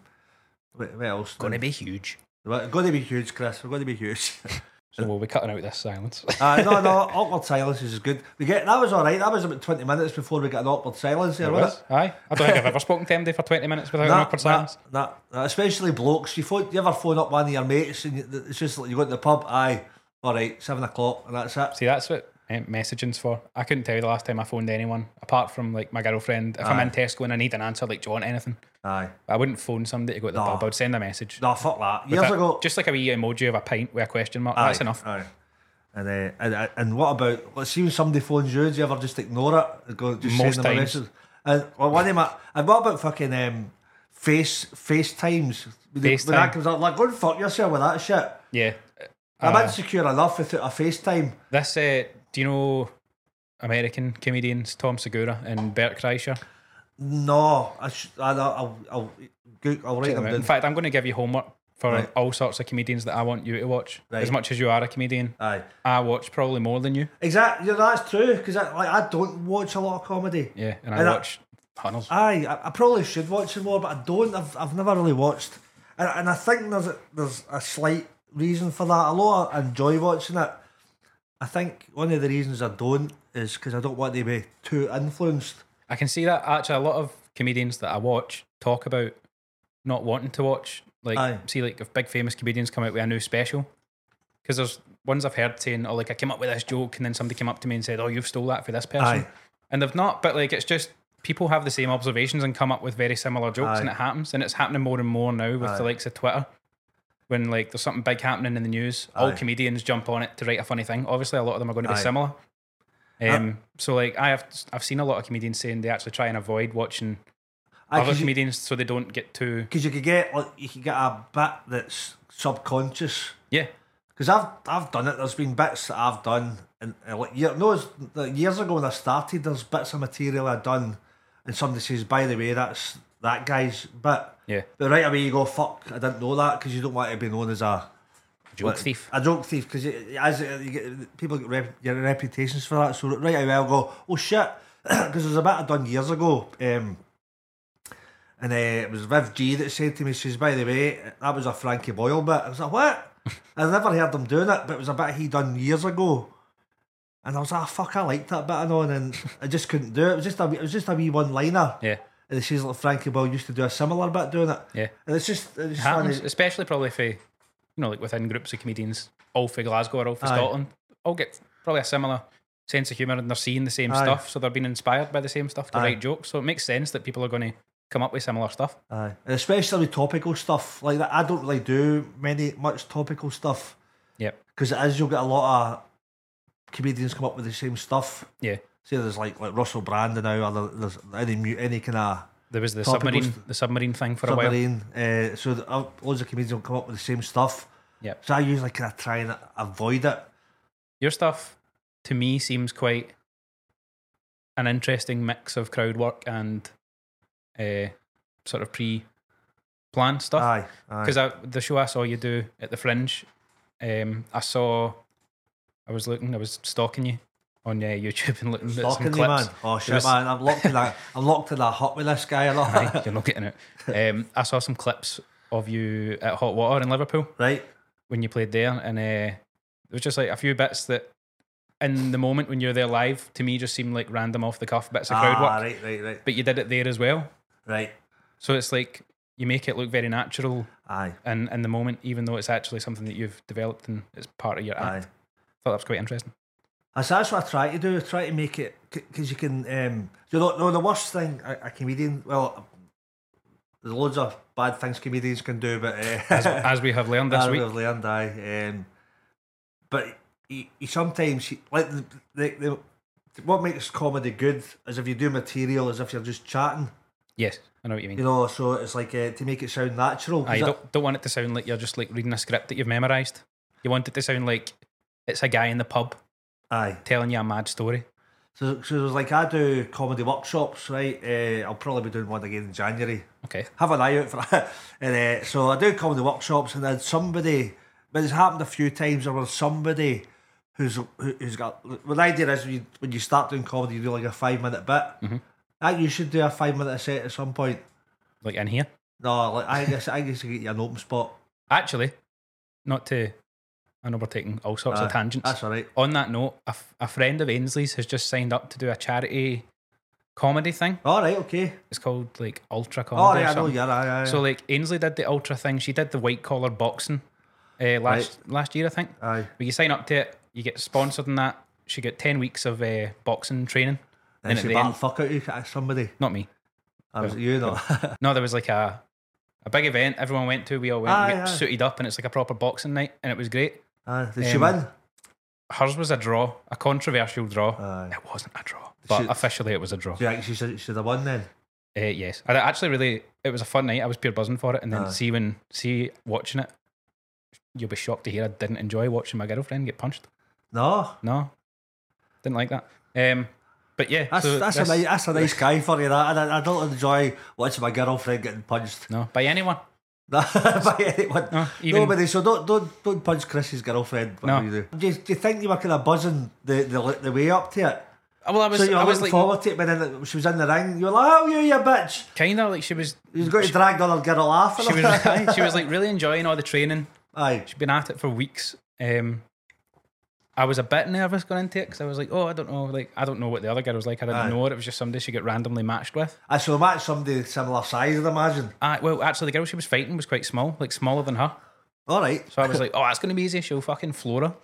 Speaker 2: what, what else?
Speaker 1: Gonna be huge.
Speaker 2: going to be huge, Chris. We're going to be huge.
Speaker 1: So we'll be cutting out this silence.
Speaker 2: uh, no, no, awkward silence is good. We get that was all right. That was about twenty minutes before we got an awkward silence there, wasn't it?
Speaker 1: Aye. I don't think I've ever spoken to MD for 20 minutes without an awkward silence.
Speaker 2: nah, nah. especially blokes. You phone, you ever phone up one of your mates and you, it's just like you go to the pub. Aye, all right, seven o'clock, and that's it.
Speaker 1: See, that's what um, messaging's for. I couldn't tell you the last time I phoned anyone, apart from like my girlfriend. If I'm in Tesco and I need an answer, like, do you want anything?
Speaker 2: Aye,
Speaker 1: I wouldn't phone somebody to go to the
Speaker 2: No.
Speaker 1: pub. I would send a message.
Speaker 2: no, fuck that. Years
Speaker 1: That-
Speaker 2: ago,
Speaker 1: Just like a wee emoji of a pint with a question mark. That's
Speaker 2: Aye,
Speaker 1: enough.
Speaker 2: Aye. And, uh, and and what about let's see when somebody phones you, do you ever just ignore it? and Go just
Speaker 1: Most
Speaker 2: send them a
Speaker 1: times.
Speaker 2: message. And well, one of my and what about fucking um face FaceTimes? When, they- when
Speaker 1: FaceTime.
Speaker 2: that comes up, like go and fuck yourself with that shit.
Speaker 1: Yeah.
Speaker 2: I'm
Speaker 1: Uh,
Speaker 2: insecure enough without a FaceTime.
Speaker 1: This, uh, do you know American comedians Tom Segura and Bert Kreischer?
Speaker 2: No, I sh- I, I'll, I'll, I'll, I'll write them
Speaker 1: In
Speaker 2: down.
Speaker 1: fact, I'm going to give you homework for
Speaker 2: Right.
Speaker 1: all sorts of comedians that I want you to watch.
Speaker 2: Right.
Speaker 1: As much as you are a comedian,
Speaker 2: Aye,
Speaker 1: I watch probably more than you.
Speaker 2: exactly. Yeah, that's true. Because I, like, I don't watch a lot of comedy.
Speaker 1: Yeah, and I
Speaker 2: And I-
Speaker 1: watch tunnels.
Speaker 2: Aye, I, I probably should watch it more, but I don't. I've, I've never really watched, and, and I think there's a, there's a slight reason for that. Although I enjoy watching it, I think one of the reasons I don't is because I don't want to be too influenced.
Speaker 1: I can see that actually a lot of comedians that I watch talk about not wanting to watch. Like,
Speaker 2: Aye.
Speaker 1: see, like if big famous comedians come out with a new special, because there's ones I've heard saying, "Oh, like I came up with this joke," and then somebody came up to me and said, "Oh, you've stole that for this person,"
Speaker 2: Aye.
Speaker 1: and they've not. But like, it's just people have the same observations and come up with very similar jokes, and it happens, and it's happening more and more now with the likes of Twitter. When like there's something big happening in the news, all
Speaker 2: Aye.
Speaker 1: comedians jump on it to write a funny thing. Obviously, a lot of them are going to be
Speaker 2: Aye. Uh,
Speaker 1: similar. Um, so like I have, I've seen a lot of comedians saying they actually try and avoid watching other
Speaker 2: Because you,
Speaker 1: comedians so they don't get too
Speaker 2: 'cause you could get like you could get a bit that's subconscious.
Speaker 1: yeah
Speaker 2: Because I've I've done it. There's been bits that I've done, and uh, like year, no, it's, like, years ago when I started, there's bits of material I've done, and somebody says, "By the way, that's that guy's bit."
Speaker 1: yeah
Speaker 2: But right away you go, "Fuck, I didn't know that," because you don't want to be known as a
Speaker 1: joke thief.
Speaker 2: A joke thief, because as it- you get, people get rep, your reputations for that. So right away I'll go, "Oh shit," because there's a bit I done years ago. Um, and uh, it was Viv G that said to me, she says, by the way, that was a Frankie Boyle bit. I was like, what? I've never heard them doing it, but it was a bit he done years ago. And I was like, "Ah, fuck, I liked that bit and on, and I just couldn't do it. It was just a, wee- it was just a wee one liner.
Speaker 1: Yeah,
Speaker 2: And she's like, Frankie Boyle used to do a similar bit doing it.
Speaker 1: yeah.
Speaker 2: And it's just, it's just
Speaker 1: happens,
Speaker 2: funny.
Speaker 1: especially probably for you know like within groups of comedians, all for Glasgow or all for
Speaker 2: Aye.
Speaker 1: Scotland, all get probably a similar sense of humour and they're seeing the same
Speaker 2: Aye.
Speaker 1: stuff, so they're being inspired by the same stuff to
Speaker 2: Aye.
Speaker 1: write jokes. So it makes sense that people are going to come up with similar stuff.
Speaker 2: Aye. And especially with topical stuff like that. I don't really do many, much topical stuff.
Speaker 1: Yep.
Speaker 2: Because as you'll get a lot of comedians come up with the same stuff.
Speaker 1: Yeah,
Speaker 2: Say there's like like Russell Brand now, or there's any mu- any kind of
Speaker 1: there was the
Speaker 2: Topic
Speaker 1: submarine
Speaker 2: was-
Speaker 1: the submarine thing for a while.
Speaker 2: submarine. Uh, so the, uh, loads of comedians will come up with the same stuff.
Speaker 1: Yep.
Speaker 2: So I usually kind of try and avoid it.
Speaker 1: Your stuff to me seems quite an interesting mix of crowd work and uh, sort of pre planned stuff.
Speaker 2: Aye, aye.
Speaker 1: because the show I saw you do at the Fringe, um, I saw, I was looking, I was stalking you on uh, YouTube and looking at some
Speaker 2: Locking
Speaker 1: clips.
Speaker 2: me, man. Oh shit,
Speaker 1: was-
Speaker 2: man! I'm locked in that. I'm locked in that hut with this guy.
Speaker 1: Aye,
Speaker 2: Right.
Speaker 1: you're not getting it. Um, I saw some clips of you at Hot Water in Liverpool
Speaker 2: right.
Speaker 1: when you played there, and uh, there was just like a few bits that, in the moment when you're there live, to me just seemed like random off the cuff bits of crowd
Speaker 2: Ah,
Speaker 1: work.
Speaker 2: right, right, right,
Speaker 1: But you did it there as well,
Speaker 2: right.
Speaker 1: so it's like you make it look very natural
Speaker 2: Aye.
Speaker 1: in, in the moment, even though it's actually something that you've developed and it's part of your act.
Speaker 2: Aye.
Speaker 1: thought that was quite interesting.
Speaker 2: That's, that's what I try to do. I try to make it because you can. Um, you know, no, the worst thing a, a comedian. Well, there's loads of bad things comedians can do, but uh,
Speaker 1: As, as we have learned this
Speaker 2: Darren
Speaker 1: week.
Speaker 2: We've learned, aye. Um, but he, he sometimes he, like the, the, the, what makes comedy good is if you do material as if you're just chatting,
Speaker 1: Yes, I know what you mean.
Speaker 2: you know. So it's like uh, to make it sound natural. 'cause
Speaker 1: I
Speaker 2: that-
Speaker 1: don't, don't want it to sound like you're just like reading a script that you've memorized. You want it to sound like it's a guy in the pub
Speaker 2: aye.
Speaker 1: telling you a mad story.
Speaker 2: So, so it was like I do comedy workshops, right? Uh, I'll probably be doing one again in January.
Speaker 1: Okay.
Speaker 2: have an eye out for that. And uh, so I do comedy workshops, and then somebody, but it's happened a few times. There was somebody who's who- who's got. Well, the idea is when you, when you start doing comedy, you do like a five minute bit.
Speaker 1: Mm-hmm.
Speaker 2: I think you should do a five minute set at some point.
Speaker 1: Like in here.
Speaker 2: No, like I guess I guess you get you an open spot.
Speaker 1: Actually, not to. I know we're taking all sorts of
Speaker 2: Aye,
Speaker 1: tangents.
Speaker 2: Uh, That's all right.
Speaker 1: On that note, a, f- a friend of Ainsley's has just signed up to do a charity comedy thing.
Speaker 2: All right, okay.
Speaker 1: It's called like Ultra Comedy.
Speaker 2: All
Speaker 1: or
Speaker 2: right, Oh, I know
Speaker 1: something.
Speaker 2: you're. Aye, aye.
Speaker 1: So like Ainsley did the ultra thing. She did the white collar boxing uh, last last year, I think.
Speaker 2: aye.
Speaker 1: But you sign up to it, you get sponsored in that. She got ten weeks of uh, boxing training.
Speaker 2: And
Speaker 1: And at
Speaker 2: she
Speaker 1: the
Speaker 2: batting
Speaker 1: end,
Speaker 2: fuck out you at somebody.
Speaker 1: not me.
Speaker 2: I was it you know.
Speaker 1: No, there was like a a big event everyone went to. We all went
Speaker 2: Aye,
Speaker 1: we
Speaker 2: aye.
Speaker 1: suited up, and it's like a proper boxing night, and it was great.
Speaker 2: aye. Did she
Speaker 1: Um,
Speaker 2: win?
Speaker 1: Hers was a draw, a controversial draw.
Speaker 2: Aye.
Speaker 1: It wasn't a draw, but
Speaker 2: She-
Speaker 1: officially it was a draw.
Speaker 2: Do you think she should, should have won then?
Speaker 1: Uh, yes, I actually really. It was a fun night. I was pure buzzing for it, and then
Speaker 2: Aye.
Speaker 1: see when see watching it, you'll be shocked to hear I didn't enjoy watching my girlfriend get punched.
Speaker 2: No.
Speaker 1: No, didn't like that. Um, but yeah,
Speaker 2: That's,
Speaker 1: so
Speaker 2: that's,
Speaker 1: this-
Speaker 2: a nice, that's a nice guy for you. That I, I don't enjoy watching my girlfriend getting punched
Speaker 1: no by anyone.
Speaker 2: by anyone.
Speaker 1: No, even-
Speaker 2: Nobody. So don't don't don't punch Chris's girlfriend.
Speaker 1: No.
Speaker 2: whatever You do. do, you, do you think you were kind of buzzing the the, the way up to it?
Speaker 1: Oh, Well, I was
Speaker 2: so you were
Speaker 1: I was
Speaker 2: looking
Speaker 1: like
Speaker 2: forward to it, but then she was in the ring. You were like, "Oh, you, you bitch!"
Speaker 1: kind of like she was
Speaker 2: She's got to drag another girl off. and
Speaker 1: she
Speaker 2: all
Speaker 1: was she was like really enjoying all the training.
Speaker 2: Aye.
Speaker 1: She'd been at it for weeks. Um, I was a bit nervous going into it because I was like, oh, I don't know, like I don't know what the other girl was like. I didn't
Speaker 2: Aye.
Speaker 1: know her. It was just somebody she got randomly matched with.
Speaker 2: I so match somebody similar size. I'd imagine.
Speaker 1: Uh, well, actually, the girl she was fighting was quite small, like smaller than her.
Speaker 2: All right.
Speaker 1: So I was like, oh, that's going to be easy. She'll fucking floor her.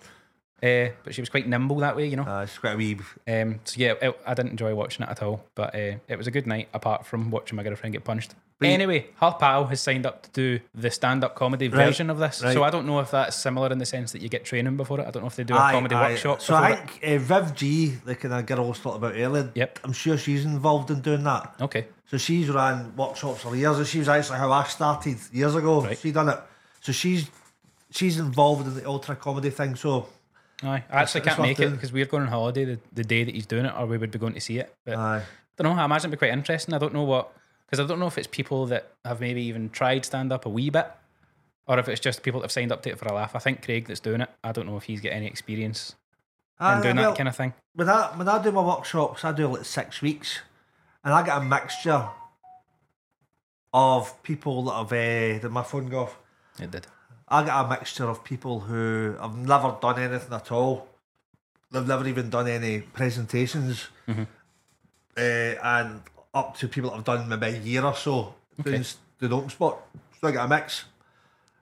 Speaker 1: Uh, but she was quite nimble that way, you know.
Speaker 2: Uh, she's quite a wee.
Speaker 1: Um, so yeah, it, I didn't enjoy watching it at all. But uh, it was a good night, apart from watching my girlfriend get punched.
Speaker 2: you-
Speaker 1: anyway, her pal has signed up to do the stand-up comedy
Speaker 2: Right,
Speaker 1: version of this. So
Speaker 2: right.
Speaker 1: I don't know if that's similar in the sense that you get training before it. I don't know if they do a
Speaker 2: Aye,
Speaker 1: comedy
Speaker 2: aye.
Speaker 1: workshop.
Speaker 2: So
Speaker 1: before
Speaker 2: I
Speaker 1: it.
Speaker 2: think uh, Viv G, the kind of girl I was talking about earlier.
Speaker 1: Yep.
Speaker 2: I'm sure she's involved in doing that.
Speaker 1: Okay.
Speaker 2: So she's ran workshops for years, and she was actually how I started years ago.
Speaker 1: Right.
Speaker 2: She done it. So she's she's involved in the ultra comedy thing. So
Speaker 1: Aye. I actually
Speaker 2: that's
Speaker 1: can't
Speaker 2: what
Speaker 1: make
Speaker 2: I'm
Speaker 1: it
Speaker 2: doing.
Speaker 1: because we're going on holiday the, the day that he's doing it, or we would be going to see it. But
Speaker 2: aye,
Speaker 1: I don't know. I imagine it'd be quite interesting. I don't know what because I don't know if it's people that have maybe even tried stand up a wee bit, or if it's just people that have signed up to it for a laugh. I think Craig that's doing it. I don't know if he's got any experience in
Speaker 2: Aye,
Speaker 1: doing
Speaker 2: Uh, well,
Speaker 1: that kind of thing.
Speaker 2: When I when I do my workshops, I do like six weeks, and I get a mixture of people that have. Uh, did my phone go off?
Speaker 1: It did.
Speaker 2: I get a mixture of people who have never done anything at all. They've never even done any presentations, uh, and up to people that have done maybe a year or so doing s- doing open spot. So I get a mix,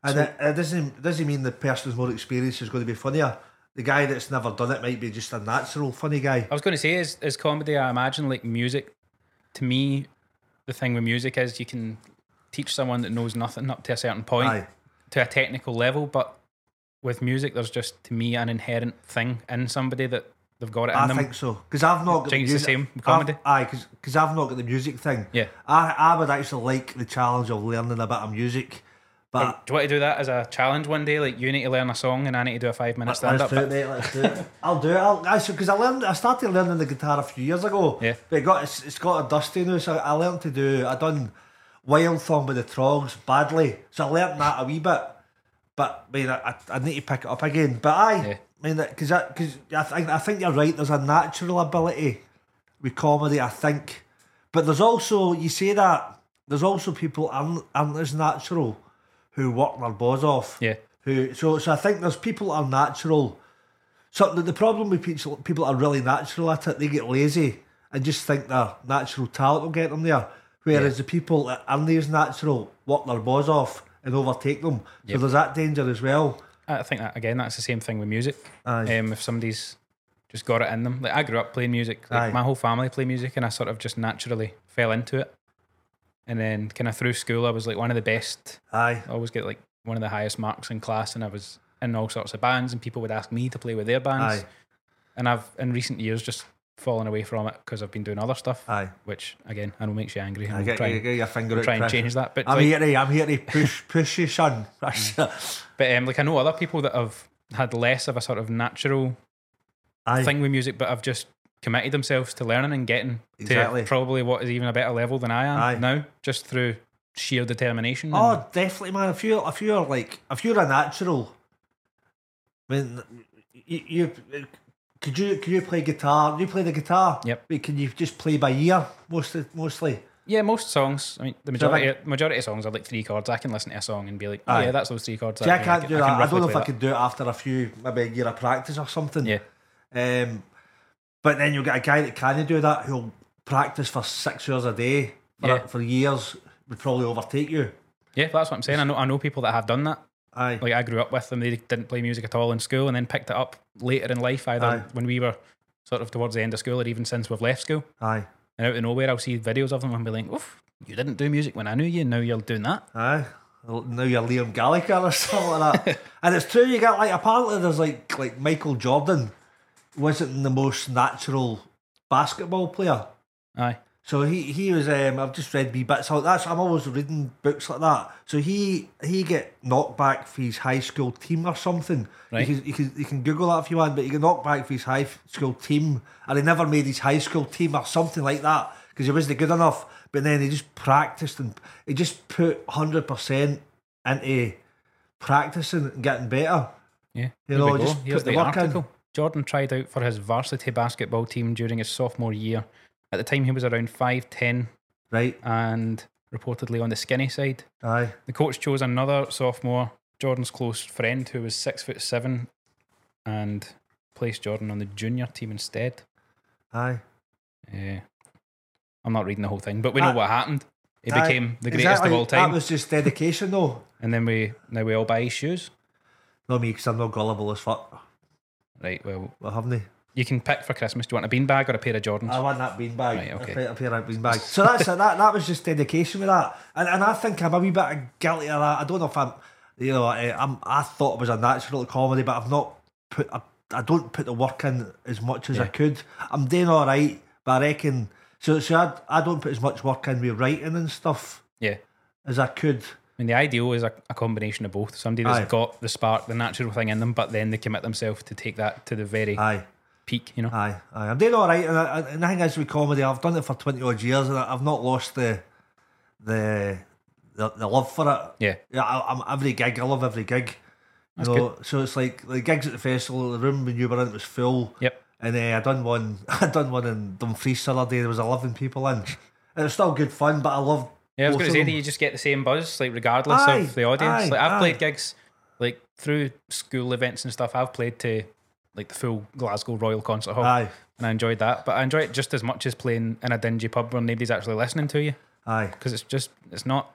Speaker 2: and it, it doesn't doesn't mean the person who's more experienced is going to be funnier. The guy that's never done it might be just a natural funny guy.
Speaker 1: I was going to say is is comedy. I imagine like music. To me, the thing with music is you can teach someone that knows nothing up to a certain point
Speaker 2: Aye,
Speaker 1: to a technical level, but with music, there's just to me an inherent thing in somebody that they've got it in
Speaker 2: I
Speaker 1: them.
Speaker 2: think so because I've not. got
Speaker 1: Do you think it's the
Speaker 2: music-
Speaker 1: same with comedy?
Speaker 2: I've, aye, because I've not got the music thing.
Speaker 1: Yeah.
Speaker 2: I I would actually like the challenge of learning a bit of music, but.
Speaker 1: Do you want to do that as a challenge one day? Like you need to learn a song and I need to do a five minute stand
Speaker 2: Let's
Speaker 1: up.
Speaker 2: do it, mate. Let's do it. I'll do it. I'll, I because I learned. I started learning the guitar a few years ago.
Speaker 1: Yeah.
Speaker 2: But it got it's, it's got a dusty now. So I learned to do. I done Wild Thong with the Trogs badly. So I learned that a wee bit. But I mean, I, I- I need to pick it up again. But I
Speaker 1: Yeah.
Speaker 2: I mean, because because I, think I think you're right. There's a natural ability with comedy. I think, but there's also you say that there's also people aren't, aren't as natural who work their balls off
Speaker 1: Yeah.
Speaker 2: who so so I think there's people that are natural. So the, the problem with people people that are really natural at it, they get lazy and just think their natural talent will get them there. Whereas the people that are these natural work their balls off and overtake them. So there's that danger as well.
Speaker 1: I think that again, that's the same thing with music.
Speaker 2: Aye.
Speaker 1: Um, if somebody's just got it in them, like I grew up playing music, like
Speaker 2: Aye.
Speaker 1: my whole family play music, and I sort of just naturally fell into it. And then, kind of through school, I was like one of the best.
Speaker 2: Aye.
Speaker 1: I always get like one of the highest marks in class, and I was in all sorts of bands, and people would ask me to play with their bands.
Speaker 2: Aye.
Speaker 1: And I've in recent years just fallen away from it because I've been doing other stuff,
Speaker 2: Aye.
Speaker 1: which again I know makes you angry. And
Speaker 2: I
Speaker 1: we'll
Speaker 2: get,
Speaker 1: try
Speaker 2: you
Speaker 1: and,
Speaker 2: get your finger out.
Speaker 1: try and
Speaker 2: Chris.
Speaker 1: change that, but
Speaker 2: I'm
Speaker 1: like,
Speaker 2: here to I'm here to push push you, son. That's-
Speaker 1: but um, like I know other people that have had less of a sort of natural
Speaker 2: Aye.
Speaker 1: thing with music, but I've just committed themselves to learning and getting
Speaker 2: Exactly.
Speaker 1: to probably what is even a better level than I am
Speaker 2: Aye.
Speaker 1: now, just through sheer determination. and-
Speaker 2: Oh, definitely, man. If you if you're like if you're a natural, I mean, you, you could you could you play guitar? Do you play the guitar?
Speaker 1: Yep.
Speaker 2: But can you just play by ear mostly? Mostly.
Speaker 1: yeah, most songs. I mean, the
Speaker 2: So if I-
Speaker 1: majority majority of songs are like three chords. I can listen to a song and be like, oh
Speaker 2: Aye.
Speaker 1: yeah, that's those three chords.
Speaker 2: See, I
Speaker 1: yeah,
Speaker 2: can't
Speaker 1: can-
Speaker 2: do
Speaker 1: can
Speaker 2: that. I
Speaker 1: roughly
Speaker 2: don't know if
Speaker 1: play
Speaker 2: I could do it after a few maybe a year of practice or something.
Speaker 1: Yeah,
Speaker 2: Um, but then you'll get a guy that can do that who'll practice for six hours a day for,
Speaker 1: Yeah.
Speaker 2: for years would probably overtake you.
Speaker 1: yeah, that's what I'm saying. I know I know people that have done that.
Speaker 2: Aye.
Speaker 1: Like I grew up with them. They didn't play music at all in school, and then picked it up later in life, either
Speaker 2: Aye.
Speaker 1: when we were sort of towards the end of school, or even since we've left school.
Speaker 2: Aye.
Speaker 1: And out of nowhere, I'll see videos of them and be like, "Oof, you didn't do music when I knew you. and Now you're doing that."
Speaker 2: Aye. Well, Now you're Liam Gallagher or something like that. and it's true, you get like apparently there's like like Michael Jordan wasn't the most natural basketball player.
Speaker 1: Aye.
Speaker 2: So he he was um I've just read wee bits out that's I'm always reading books like that. So he he get knocked back for his high school team or something.
Speaker 1: Right.
Speaker 2: You can you can, you can Google that if you want, but he got knocked back for his high f- school team and he never made his high school team or something like that because he wasn't good enough. But then he just practiced and he just put hundred percent into practicing and getting better.
Speaker 1: Yeah.
Speaker 2: You
Speaker 1: here
Speaker 2: know,
Speaker 1: we go.
Speaker 2: just put
Speaker 1: Here's
Speaker 2: the
Speaker 1: the,
Speaker 2: work in.
Speaker 1: article. Jordan tried out for his varsity basketball team during his sophomore year. At the time, he was around 5'10
Speaker 2: Right.
Speaker 1: and reportedly on the skinny side.
Speaker 2: Aye.
Speaker 1: The coach chose another sophomore, Jordan's close friend, who was six foot seven, and placed Jordan on the junior team instead.
Speaker 2: Aye.
Speaker 1: Yeah. I'm not reading the whole thing, but we know
Speaker 2: Ah.
Speaker 1: what happened. He
Speaker 2: Aye.
Speaker 1: became the greatest
Speaker 2: Exactly.
Speaker 1: of all time.
Speaker 2: That was just dedication though.
Speaker 1: and then we now we all buy his shoes.
Speaker 2: Not me, because I'm not gullible as fuck.
Speaker 1: Right, well,
Speaker 2: Well, haven't they?
Speaker 1: you can pick for Christmas. Do you want a beanbag or a pair of Jordans?
Speaker 2: I want that beanbag.
Speaker 1: Right,
Speaker 2: A
Speaker 1: okay.
Speaker 2: pair- A pair of beanbag. So that's it. That, that was just dedication with that. And, and I think I'm a wee bit guilty of that. I don't know if I'm, you know, I, I'm, I thought it was a natural comedy, but I've not put, I, I don't put the work in as much as I could. I'm doing all right, but I reckon, so, so I, I don't put as much work in with writing and stuff
Speaker 1: yeah.
Speaker 2: as I could.
Speaker 1: I mean, the ideal is a, a combination of both. Somebody that's
Speaker 2: Aye.
Speaker 1: got the spark, the natural thing in them, but then they commit themselves to take that to the very
Speaker 2: Aye.
Speaker 1: peak, you know?
Speaker 2: Aye, aye. I'm doing all right, and, I, and the thing is with comedy, I've done it for twenty odd years, and I- I've not lost the the the, the love for it.
Speaker 1: Yeah.
Speaker 2: Yeah, I, I'm every gig. I love every gig. You
Speaker 1: That's
Speaker 2: know, so it's like the gigs at the festival. The room when you were in it was full.
Speaker 1: Yep.
Speaker 2: And uh, I done one. I done one in Dumfries the other day. There was eleven people in. It was still good fun, but I loved.
Speaker 1: Yeah, I was
Speaker 2: both
Speaker 1: going to
Speaker 2: of
Speaker 1: say
Speaker 2: them.
Speaker 1: that you just get the same buzz, like, regardless
Speaker 2: Aye,
Speaker 1: of the audience.
Speaker 2: aye,
Speaker 1: like, I've
Speaker 2: aye.
Speaker 1: played gigs, like, through school events and stuff. I've played to, like, the full Glasgow Royal Concert Hall.
Speaker 2: Aye,
Speaker 1: And I enjoyed that. But I enjoy it just as much as playing in a dingy pub where nobody's actually listening to you.
Speaker 2: aye,
Speaker 1: Because it's just, it's not,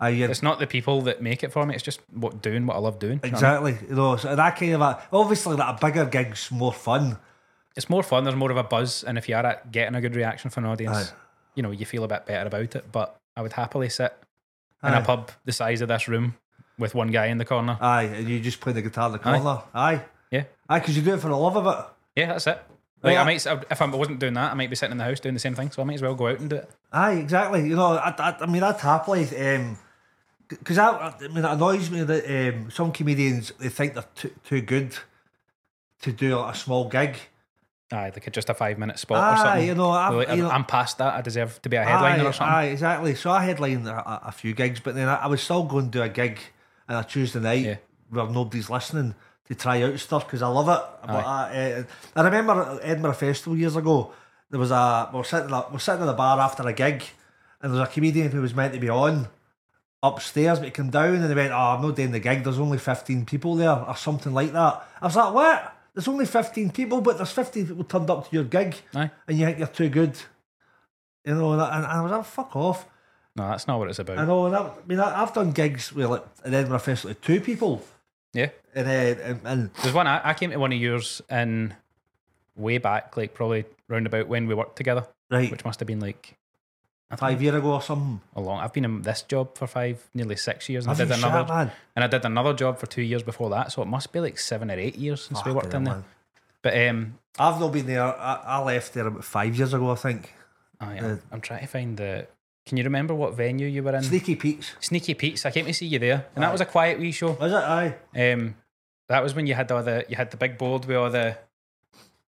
Speaker 2: aye. you're-
Speaker 1: it's not the people that make it for me. It's just what doing what I love doing. Do you know what I mean?
Speaker 2: Exactly, you know, so that kind of a, obviously that a bigger gig's more fun.
Speaker 1: it's more fun. There's more of a buzz, and if you are at getting a good reaction from an audience, you know you feel a bit better about it. But I would happily sit in
Speaker 2: Aye.
Speaker 1: a pub the size of this room with one guy in the corner.
Speaker 2: Aye, and you just play the guitar in the
Speaker 1: Aye.
Speaker 2: corner. Aye.
Speaker 1: Yeah.
Speaker 2: Aye, because you do it for the love of it.
Speaker 1: Yeah, that's it. Like
Speaker 2: Well,
Speaker 1: I might, if I wasn't doing that, I might be sitting in the house doing the same thing. So I might as well go out and do it.
Speaker 2: Aye, exactly. You know, I, I, I mean, I'd happily, because uh, I, I mean, it annoys me that um, some comedians they think they're too, too good to do like, a small gig.
Speaker 1: Aye, like just a five minute spot or
Speaker 2: Aye,
Speaker 1: something.
Speaker 2: you know, I've,
Speaker 1: Like,
Speaker 2: you know,
Speaker 1: I'm past that. I deserve to be a headliner
Speaker 2: aye,
Speaker 1: or something.
Speaker 2: Aye, exactly. So I headlined a, a- a few gigs, but then I, I was still going to do a gig on a Tuesday night
Speaker 1: Yeah.
Speaker 2: where nobody's listening to try out stuff because I love it. But I, uh, I remember Edinburgh Festival years ago. There was a we were sitting in a, we were sitting in a bar after a gig, and there was a comedian who was meant to be on upstairs, but he came down and he went, "Oh, I'm not doing the gig. There's only 15 people there, or something like that." I was like, "What? There's only 15 people, but there's 15 people turned up to your gig."
Speaker 1: Aye.
Speaker 2: and you think you're too good. You know, and I, and I was like, fuck off.
Speaker 1: No, that's not what it's
Speaker 2: I
Speaker 1: about.
Speaker 2: know, and I, I mean, I, I've done gigs with like an Edinburgh Festival with two people,
Speaker 1: Yeah.
Speaker 2: and uh, and, and
Speaker 1: There's one I, I came to one of yours in way back, like probably round about when we worked together,
Speaker 2: right
Speaker 1: which must have been like I think
Speaker 2: five year ago or something.
Speaker 1: a long. I've been in this job for five, nearly six years, and I
Speaker 2: Have
Speaker 1: did
Speaker 2: you shit,
Speaker 1: another,
Speaker 2: man?
Speaker 1: and I did another job for two years before that. So it must be like seven or eight years since we
Speaker 2: Fucking
Speaker 1: worked in there.
Speaker 2: hell, man.
Speaker 1: But um,
Speaker 2: I've not been there. I, I left there about five years ago, I think.
Speaker 1: I,
Speaker 2: Uh,
Speaker 1: I'm, I'm trying to find the. Can you remember what venue you were in?
Speaker 2: Sneaky Pete's.
Speaker 1: Sneaky Pete's. I came to see you there, and that was a quiet wee show.
Speaker 2: Is it? Aye.
Speaker 1: Um, that was when you had all the you had the big board with all the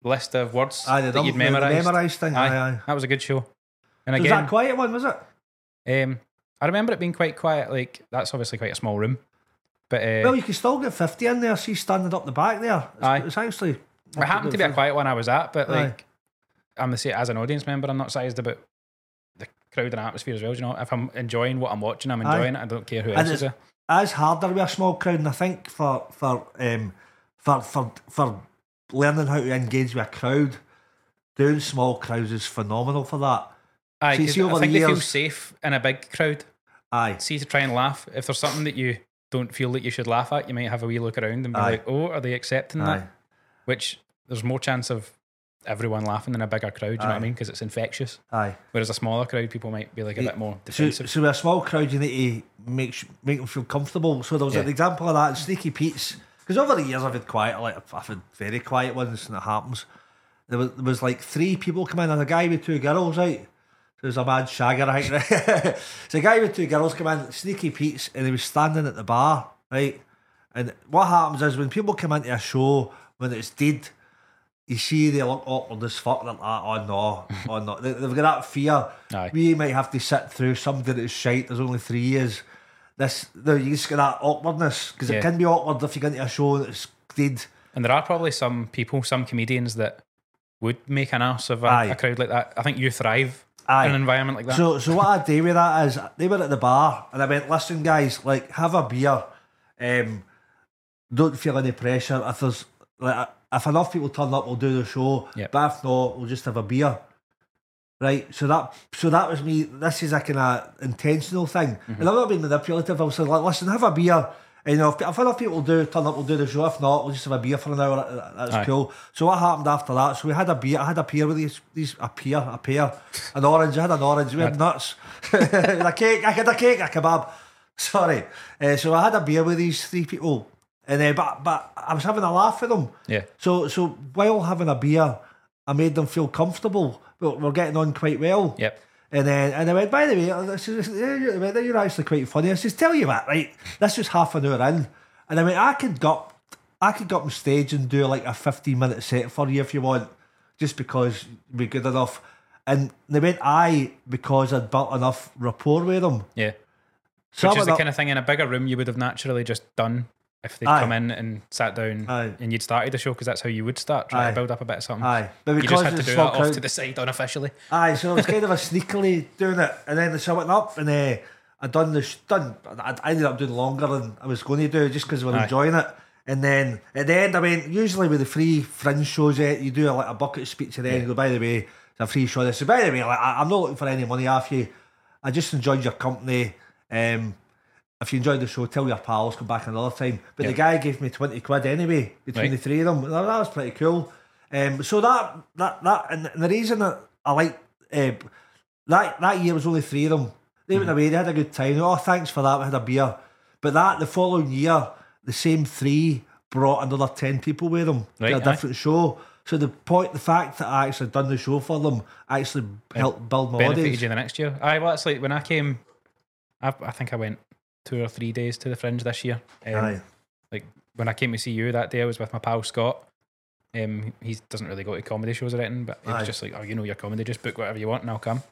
Speaker 1: list of words
Speaker 2: Aye, the
Speaker 1: that
Speaker 2: dumb-
Speaker 1: you'd
Speaker 2: the- the
Speaker 1: memorised.
Speaker 2: memorised thing. Aye, aye.
Speaker 1: That was a good show. And
Speaker 2: Was that
Speaker 1: again,
Speaker 2: a quiet one, was it?
Speaker 1: um, I remember it being quite quiet. Like that's obviously quite a small room, but uh,
Speaker 2: Well, you can still get 50 in there. She's standing up the back there. It's,
Speaker 1: Aye.
Speaker 2: it's actually.
Speaker 1: it happened to be a quiet one I was at. But
Speaker 2: Aye.
Speaker 1: like, I'm the same as an audience member. I'm not sized about the crowd and atmosphere as well. do You know, if I'm enjoying what I'm watching, I'm
Speaker 2: Aye.
Speaker 1: enjoying it. I don't care who
Speaker 2: And
Speaker 1: else is
Speaker 2: it's-
Speaker 1: there.
Speaker 2: It's harder with a small crowd, and I think for for um for for for learning how to engage with a crowd, doing small crowds is phenomenal for that.
Speaker 1: Aye,
Speaker 2: see,
Speaker 1: 'cause
Speaker 2: see
Speaker 1: I
Speaker 2: over the
Speaker 1: think they feel
Speaker 2: years-
Speaker 1: safe in a big crowd.
Speaker 2: Aye,
Speaker 1: See to try and laugh. If there's something that you don't feel that you should laugh at, you might have a wee look around and be
Speaker 2: Aye.
Speaker 1: like, "Oh, are they accepting
Speaker 2: aye,
Speaker 1: that?" Which there's more chance of everyone laughing in a bigger crowd. You know what I mean? Because it's infectious.
Speaker 2: aye.
Speaker 1: Whereas a smaller crowd, people might be like a bit more
Speaker 2: So,
Speaker 1: defensive.
Speaker 2: so with a small crowd, you need to make sh- make them feel comfortable. So there was an
Speaker 1: Yeah.
Speaker 2: example of that in Sneaky Pete's. Because over the years, I've had quiet, like I've had very quiet ones, and it happens. There was, there was like three people come in, and a guy with two girls, right? So it was a mad shagger, I think. Right? so a guy with two girls come in, Sneaky Pete's, and he was standing at the bar, right? And what happens is when people come into a show, when it's dead, you see they look awkward as fuck. They're like, oh no, oh no. They, they've got that fear.
Speaker 1: Aye.
Speaker 2: We might have to sit through somebody that's shite. There's only three years. This, no, you just get that awkwardness because
Speaker 1: Yeah.
Speaker 2: it can be awkward if you go into a show that's dead.
Speaker 1: And there are probably some people, some comedians that would make an ass of
Speaker 2: Aye.
Speaker 1: a, a crowd like that. I think you thrive
Speaker 2: Aye.
Speaker 1: in an environment like that.
Speaker 2: So, so what I do with that is they were at the bar and I went, listen, guys, like have a beer. Um, don't feel any pressure. If there's like if enough people turn up, we'll do the show.
Speaker 1: Yep.
Speaker 2: But if not, we'll just have a beer. Right. So that so that was me. This is a kind of intentional thing.
Speaker 1: Mm-hmm.
Speaker 2: And I've not been manipulative. I was like, listen, have a beer. And, you know, if, if enough people do turn up, we'll do the show. If not, we'll just have a beer for an hour. That- That's
Speaker 1: Aye.
Speaker 2: cool. So what happened after that? So we had a beer. I had a pear with these these a pear, a pear, an orange. I had an orange. We had nuts. a cake. I had a cake. A kebab. Sorry. Eh, so I had a beer with these three people, and uh, but but I was having a laugh with them.
Speaker 1: yeah.
Speaker 2: So so while having a beer, I made them feel comfortable. But we're getting on quite well.
Speaker 1: Yep.
Speaker 2: And then and I went, by the way, uh, I says, "Yeah, you're- well, you're actually quite funny. I says, tell you what, right? This was half an hour in. And I went, I could go up I could go up on stage and do like a 15 minute set for you if you want, just because you'd be good enough. And they went, aye, because I'd built enough rapport with them.
Speaker 1: Yeah.
Speaker 2: So
Speaker 1: Which
Speaker 2: I
Speaker 1: is
Speaker 2: went
Speaker 1: the
Speaker 2: up-
Speaker 1: kind of thing in a bigger room you would have naturally just done if they'd
Speaker 2: Aye.
Speaker 1: come in and sat down
Speaker 2: Aye.
Speaker 1: and you'd started the show because that's how you would start, try
Speaker 2: Aye.
Speaker 1: to build up a bit of something.
Speaker 2: aye. But
Speaker 1: You just
Speaker 2: because
Speaker 1: had to
Speaker 2: it's
Speaker 1: do that
Speaker 2: small
Speaker 1: off
Speaker 2: crowd-
Speaker 1: to the side unofficially.
Speaker 2: Aye, so I was kind of a sneakily doing it, and then so I went up and uh, I done the sh- done. I, I ended up doing longer than I was going to do just because I was
Speaker 1: Aye.
Speaker 2: enjoying it. And then at the end, I mean, usually with the free fringe shows, eh, you do like a bucket speech at the end. You go, by the way, it's a free show. This, so by the way, like, I, I'm not looking for any money off you. I just enjoyed your company. Um, if you enjoyed the show, tell your pals, come back another time. But the
Speaker 1: Yeah.
Speaker 2: guy gave me 20 quid anyway,
Speaker 1: Right.
Speaker 2: between the three of them. That, that was pretty cool. Um, so that, that, that, and, and the reason that I like, uh, that, that year was only three of them. They
Speaker 1: Mm.
Speaker 2: went away, they had a good time. Oh, thanks for that, we had a beer. But that, the following year, the same three brought another 10 people with them to
Speaker 1: Right,
Speaker 2: a
Speaker 1: aye.
Speaker 2: different show. So the point, the fact that I actually done the show for them actually helped build my
Speaker 1: benefited
Speaker 2: audience.
Speaker 1: you the next year. Aye, well, it's like when I came, I, I think I went two or three days to the Fringe this year. Um,
Speaker 2: Aye.
Speaker 1: Like when I came to see you that day, I was with my pal Scott. Um, he doesn't really go to comedy shows or anything, but he
Speaker 2: Aye.
Speaker 1: was just like, "Oh, you know your comedy, just book whatever you want, and I'll come."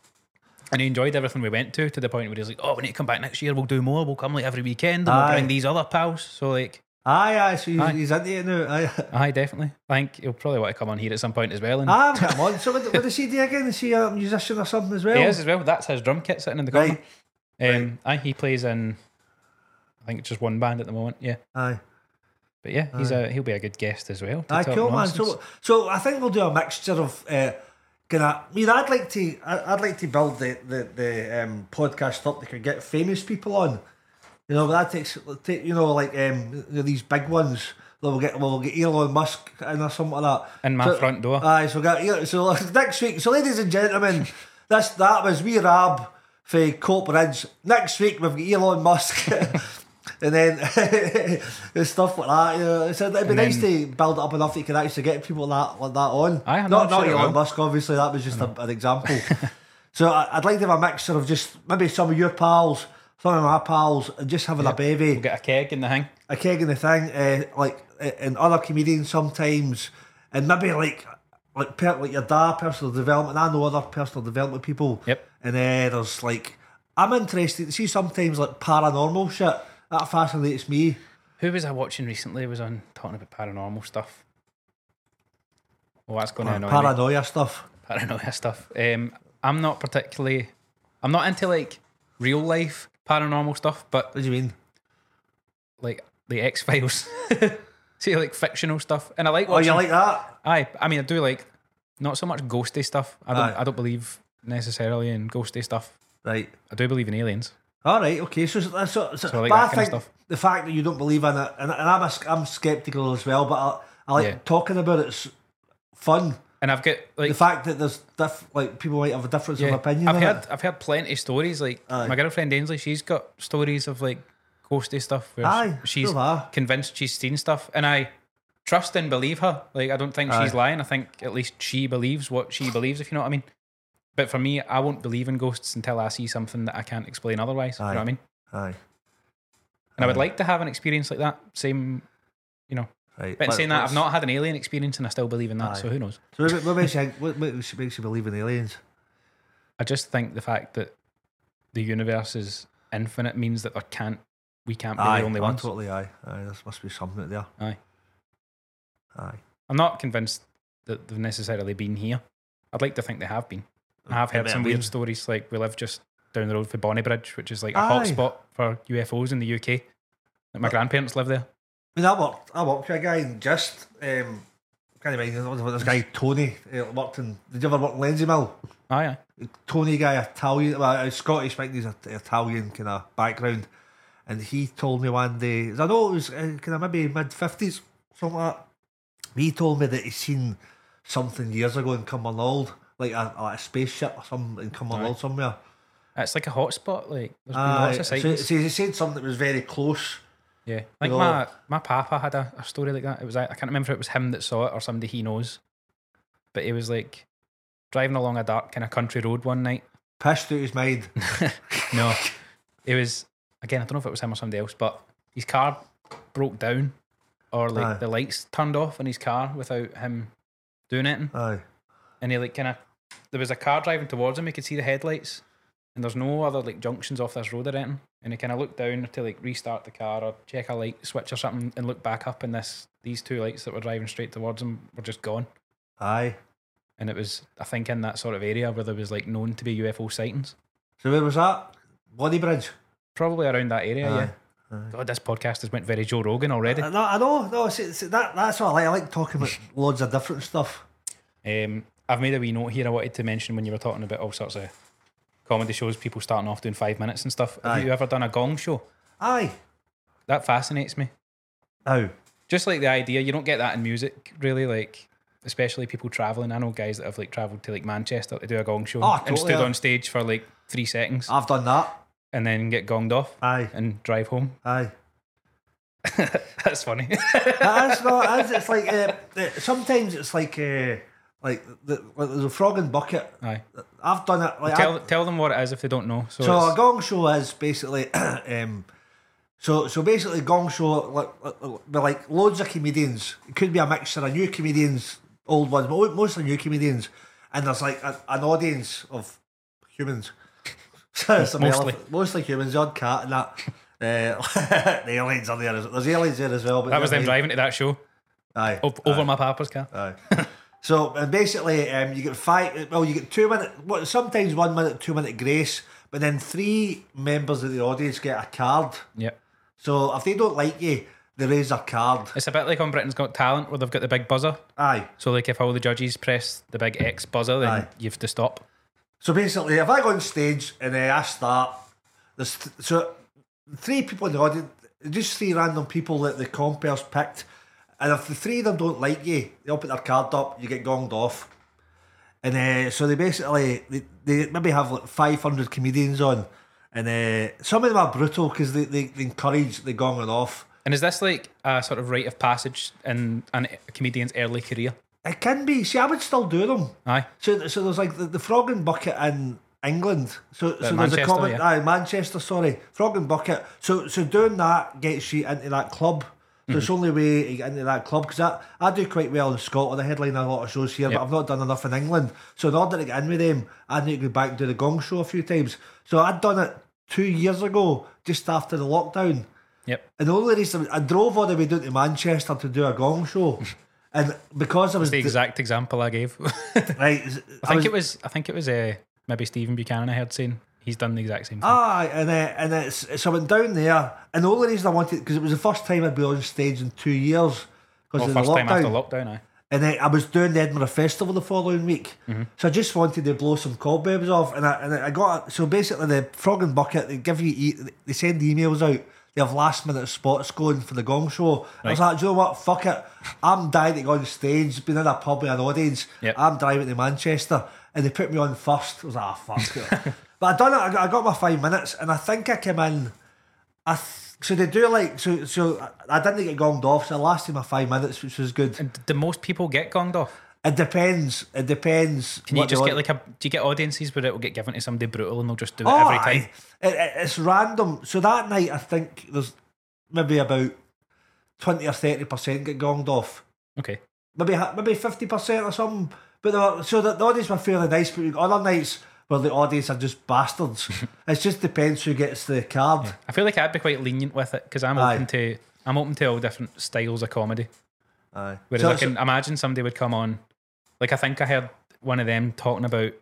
Speaker 1: And he enjoyed everything we went to to the point where he was like, "Oh, we need to come back next year. We'll do more. We'll come like every weekend, and
Speaker 2: Aye.
Speaker 1: we'll bring these other pals." So like,
Speaker 2: Aye, aye, so he's,
Speaker 1: Aye.
Speaker 2: he's into it now. Aye.
Speaker 1: aye, definitely. I think he'll probably want to come on here at some point as well. And
Speaker 2: Ah, I've got him on. So what, what does he do again? Is um, he a musician or something as well?
Speaker 1: He is as well. That's his drum kit sitting in the corner.
Speaker 2: Right.
Speaker 1: Um, aye, he plays in. I think it's just one band at the moment. Yeah,
Speaker 2: Aye.
Speaker 1: but yeah, he's a he'll be a good guest as well. to
Speaker 2: Aye,
Speaker 1: talk
Speaker 2: cool man.
Speaker 1: nonsense.
Speaker 2: So, so I think we'll do a mixture of uh, Can I, I mean, I'd like to, I, I'd like to build the the, the um, podcast up that could get famous people on. You know, but that takes, take, you know, like um, these big ones. We'll get, we'll get Elon Musk in or something like that.
Speaker 1: In my front door.
Speaker 2: Aye, so, got, Elon- so next week, so ladies and gentlemen, that's that was we Rab for Cope Ridge. Next week we've got Elon Musk. And then and stuff like that, you know. So it'd be nice to build it up enough that you can actually get people that like that on.
Speaker 1: Aye, I'm not
Speaker 2: not
Speaker 1: sure
Speaker 2: not
Speaker 1: it
Speaker 2: Elon
Speaker 1: will.
Speaker 2: Musk, obviously. That was just a, an example. so I, I'd like to have a mixture of just maybe some of your pals, some of my pals, and just having a baby
Speaker 1: We'll get a keg in the hang.
Speaker 2: a keg in the thing, uh, like uh, and other comedians sometimes, and maybe like like per, like your dad, personal development. I know other personal development people.
Speaker 1: Yep.
Speaker 2: And uh, there's like I'm interested to see sometimes like paranormal shit that fascinates me.
Speaker 1: Who was I watching recently? Was on talking about paranormal stuff. Oh, that's
Speaker 2: Uh,
Speaker 1: going to annoy me.
Speaker 2: Paranoia stuff.
Speaker 1: Paranoia stuff. Um, I'm not particularly. I'm not into like real life paranormal stuff, but
Speaker 2: What do you mean?
Speaker 1: like the X Files. See, like fictional stuff, and I like.
Speaker 2: Oh,
Speaker 1: Watching,
Speaker 2: you like that?
Speaker 1: Aye, I mean, I do like not so much ghosty stuff. I don't.
Speaker 2: Aye.
Speaker 1: I don't believe necessarily in ghosty stuff.
Speaker 2: Right.
Speaker 1: I do believe in aliens.
Speaker 2: All right. Okay. So, so, so, so
Speaker 1: I like that
Speaker 2: but I
Speaker 1: kind of
Speaker 2: think
Speaker 1: stuff.
Speaker 2: the fact that you don't believe in it, and, and I'm a, s- I'm skeptical as well, but I, I like
Speaker 1: Yeah.
Speaker 2: talking about it's fun.
Speaker 1: And I've got
Speaker 2: The
Speaker 1: like
Speaker 2: fact that there's diff- like people might have a difference
Speaker 1: yeah,
Speaker 2: of opinion.
Speaker 1: I've
Speaker 2: on
Speaker 1: heard
Speaker 2: it.
Speaker 1: I've heard plenty of stories. Like
Speaker 2: Aye.
Speaker 1: my girlfriend Ainsley, she's got stories of like ghosty stuff where
Speaker 2: Aye,
Speaker 1: she's
Speaker 2: so have I.
Speaker 1: convinced she's seen stuff, and I trust and believe her. Like I don't think she's lying. I think at least she believes what she believes. If you know what I mean. But for me, I won't believe in ghosts until I see something that I can't explain otherwise. You
Speaker 2: Aye.
Speaker 1: know what I mean?
Speaker 2: Aye,
Speaker 1: And I would like to have an experience like that. Same, you know.
Speaker 2: right.
Speaker 1: But in
Speaker 2: What-
Speaker 1: saying that, I've
Speaker 2: what's-
Speaker 1: not had an alien experience, and I still believe in that.
Speaker 2: Aye.
Speaker 1: So who knows?
Speaker 2: So what, what, makes you, what makes you- makes you believe in aliens?
Speaker 1: I just think the fact that the universe is infinite means that there can't we can't be the only
Speaker 2: aye,
Speaker 1: ones.
Speaker 2: Totally, aye. Aye, there must be something there.
Speaker 1: Aye.
Speaker 2: Aye.
Speaker 1: I'm not convinced that they've necessarily been here. I'd like to think they have been. I have heard
Speaker 2: Maybe
Speaker 1: some
Speaker 2: I
Speaker 1: weird
Speaker 2: mean.
Speaker 1: stories. Like we live just down the road for Bonnie Bridge, which is like a
Speaker 2: Aye. Uh,
Speaker 1: hotspot for UFOs in the UK. Like my grandparents live there.
Speaker 2: I mean, I worked, I worked with a guy in just, um, can't remember, what was it, this guy, Tony, uh, worked in, did you ever work in Lindsay Mill?
Speaker 1: Aye, aye.
Speaker 2: Tony guy, Italian, well, he's Scottish, but he's an Italian kind of background. And he told me one day, 'cause I know it was uh, kind of maybe mid 50s, something like that. He told me that he'd seen something years ago in Cumbernauld, like a, like a spaceship or something in Cumbernauld somewhere.
Speaker 1: It's like a hotspot. Like there's been
Speaker 2: Aye,
Speaker 1: lots of
Speaker 2: so,
Speaker 1: sightings.
Speaker 2: so he said something that was very close.
Speaker 1: Yeah, I think
Speaker 2: know-
Speaker 1: my, my papa had a, a story like that. It was I, I can't remember if it was him that saw it or somebody he knows, but he was like driving along a dark kind of country road one night.
Speaker 2: Pissed out his mind.
Speaker 1: No, it was again I don't know if it was him or somebody else, but his car broke down or like
Speaker 2: Aye.
Speaker 1: the lights turned off in his car without him doing anything,
Speaker 2: Aye.
Speaker 1: and he like kind of there was a car driving towards him. He could see the headlights, and there's no other like junctions off this road or anything. And he kind of looked down to like restart the car or check a light switch or something, and looked back up, and this these two lights that were driving straight towards him were just gone.
Speaker 2: Aye.
Speaker 1: And it was, I think, in that sort of area where there was like known to be UFO sightings,
Speaker 2: So where was that? Bonnie Bridge.
Speaker 1: probably around that area.
Speaker 2: Aye.
Speaker 1: Yeah. God, this podcast has went very Joe Rogan already.
Speaker 2: I know, I know, no, see, see, that, that's what I like. I like talking about loads of different stuff.
Speaker 1: Um, I've made a wee note here. I wanted to mention when you were talking about all sorts of comedy shows, people starting off doing five minutes and stuff. Have
Speaker 2: Aye.
Speaker 1: you ever done a gong show?
Speaker 2: Aye.
Speaker 1: That fascinates me.
Speaker 2: Now,
Speaker 1: Just like the idea, you don't get that in music, really. Like, especially people traveling. I know guys that have like travelled to like Manchester to do a gong show
Speaker 2: Oh,
Speaker 1: and
Speaker 2: totally, Ah.
Speaker 1: stood
Speaker 2: yeah.
Speaker 1: on stage for like three seconds
Speaker 2: I've done that.
Speaker 1: and then get gonged off
Speaker 2: Aye.
Speaker 1: and drive home.
Speaker 2: Aye.
Speaker 1: That's funny.
Speaker 2: That's not. It's, it's like uh, uh, sometimes it's like uh, like the, like there's a frog in bucket.
Speaker 1: Aye.
Speaker 2: I've done it. Like
Speaker 1: Tell
Speaker 2: I,
Speaker 1: tell them what it is if they don't know. So,
Speaker 2: so a
Speaker 1: it's-
Speaker 2: gong show is basically um, so so basically gong show like like- like, like loads of comedians. It could be a mixture of new comedians, old ones, but mostly new comedians. And there's like a, an audience of humans. mostly.
Speaker 1: Mostly.
Speaker 2: mostly humans, the odd cat and that. Uh, the aliens are there. as- There's aliens there as well. But
Speaker 1: that was
Speaker 2: they're
Speaker 1: them
Speaker 2: like-
Speaker 1: driving to that show
Speaker 2: Aye.
Speaker 1: o- over my papa's car.
Speaker 2: Aye. so and basically, um, you get five. Well, you get two minute. What sometimes one minute, two minute grace, but then three members of the audience get a card.
Speaker 1: Yep.
Speaker 2: So if they don't like you, they raise their card.
Speaker 1: It's a bit like on Britain's Got Talent where they've got the big buzzer.
Speaker 2: Aye.
Speaker 1: So like if all the judges press the big X buzzer, then
Speaker 2: Aye.
Speaker 1: you've to stop.
Speaker 2: So basically, if I go on stage and uh, I start, there's th- so three people in the audience, just three random people that the compares picked, and if the three of them don't like you, they'll put their card up, you get gonged off. And uh, so they basically, they, they maybe have like 500 comedians on, and uh, some of them are brutal because they, they, they encourage the gonging off.
Speaker 1: And is this like a sort of rite of passage in an, a comedian's early career?
Speaker 2: It can be, see, I would still do them.
Speaker 1: Aye.
Speaker 2: So, so there's like the, the Frog and Bucket in England. So, so there's a
Speaker 1: Uh, Manchester,
Speaker 2: common,
Speaker 1: yeah.
Speaker 2: aye, Manchester, sorry, Frog and Bucket. So, so doing that gets you into that club. So
Speaker 1: Mm-hmm.
Speaker 2: it's the only way to get into that club because I, I do quite well in Scotland. I headline a lot of shows here,
Speaker 1: Yep.
Speaker 2: but I've not done enough in England. So in order to get in with them, I need to go back and do the Gong Show a few times. So I'd done it two years ago, just after the lockdown.
Speaker 1: Yep.
Speaker 2: And the only reason I drove all the way down to Manchester to do a Gong Show, and because I was
Speaker 1: The
Speaker 2: d-
Speaker 1: exact example I gave. I
Speaker 2: right,
Speaker 1: think it was I think it was uh, maybe Stephen Buchanan I heard saying he's done the exact same thing.
Speaker 2: Ah, and uh, and it's so I went down there, and the only reason I wanted because it was the first time I'd been on stage in two years because
Speaker 1: well,
Speaker 2: of
Speaker 1: Oh, first
Speaker 2: the
Speaker 1: time
Speaker 2: lockdown.
Speaker 1: after lockdown, aye.
Speaker 2: and then I was doing the Edinburgh Festival the following week,
Speaker 1: Mm-hmm.
Speaker 2: so I just wanted to blow some cobwebs off, and I and I got so basically the frog and bucket they give you e- they send emails out. They have last minute spots going for the Gong Show. I was
Speaker 1: Right.
Speaker 2: like, do you know what? Fuck it. I'm dying to go on stage, being in a pub with an audience.
Speaker 1: Yep.
Speaker 2: I'm driving to Manchester, and they put me on first. I was like, ah, fuck it. but I done it. I got, I got my five minutes, and I think I came in. I th- so they do like so so I- I didn't get gonged off. So I lasted my five minutes, which was good.
Speaker 1: And d- do most people get gonged off?
Speaker 2: It depends. It depends.
Speaker 1: Can you
Speaker 2: what
Speaker 1: just
Speaker 2: the
Speaker 1: get
Speaker 2: au-
Speaker 1: like a do you get audiences where it will get given to somebody brutal and they'll just do it
Speaker 2: Oh,
Speaker 1: every time?
Speaker 2: aye. It, it- it's random. So that night, I think there's maybe about twenty or thirty percent get gonged off.
Speaker 1: Okay.
Speaker 2: Maybe ha- maybe fifty percent or something. But they were, so the, the audience were fairly nice. But other nights where the audience are just bastards. it just depends who gets the card.
Speaker 1: I feel like I'd be quite lenient with it because I'm
Speaker 2: Aye.
Speaker 1: open to I'm open to all different styles of comedy.
Speaker 2: Aye.
Speaker 1: Whereas
Speaker 2: So-
Speaker 1: I can imagine somebody would come on, like I think I heard one of them talking about,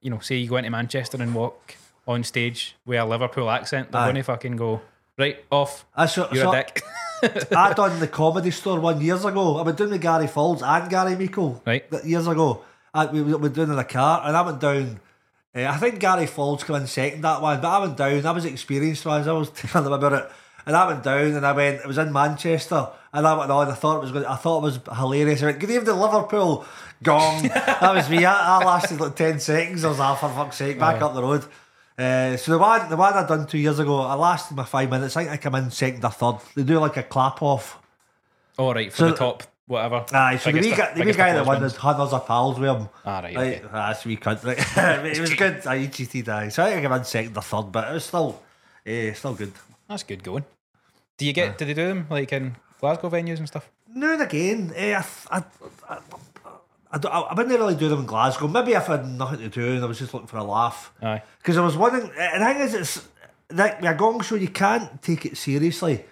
Speaker 1: you know, say you go into Manchester and walk on stage with a Liverpool accent, they're
Speaker 2: Aye.
Speaker 1: going to fucking go right off.
Speaker 2: I so,
Speaker 1: You're
Speaker 2: so-
Speaker 1: a dick,
Speaker 2: I done the comedy store one years ago. I was doing the Gary Falls and Gary Meikle
Speaker 1: Right.
Speaker 2: th- years ago. I, we, we were doing it in a car, and I went down. eh, I think Gary Falls came in second that one, but I went down. I was experienced wise. I was telling them about it, and I went down, and I went. It was in Manchester, and I went on. I thought it was. Going, I thought it was hilarious. I went, "Good evening, Liverpool." Gong. that was me. I, I lasted like ten seconds. I was like, "Ah, "For fuck's sake, back up the road." Uh, so the one, the one I done two years ago, I lasted my five minutes. I think I come in second or third. They do like a clap off.
Speaker 1: all right for
Speaker 2: So-
Speaker 1: the top whatever.
Speaker 2: Aye, so the wee,
Speaker 1: Biggest-
Speaker 2: guy, the wee
Speaker 1: biggest
Speaker 2: guy that
Speaker 1: applause
Speaker 2: won
Speaker 1: wins.
Speaker 2: had hundreds of pals with him.
Speaker 1: Ah, right,
Speaker 2: Aye,
Speaker 1: okay.
Speaker 2: That's wee cunt. Right. it was good. I cheated, aye. So I think I came in second or third, but it was still, eh, still good.
Speaker 1: that's good going. Do you get? Do they do them like in Glasgow venues and stuff?
Speaker 2: Now and again, eh, I, th- I, I, I, don't, I, I wouldn't really do them in Glasgow. Maybe if I had nothing to do and I was just looking for a laugh.
Speaker 1: Aye,
Speaker 2: Because there was one, in, and the thing is, it's like with a gong show, you can't take it seriously.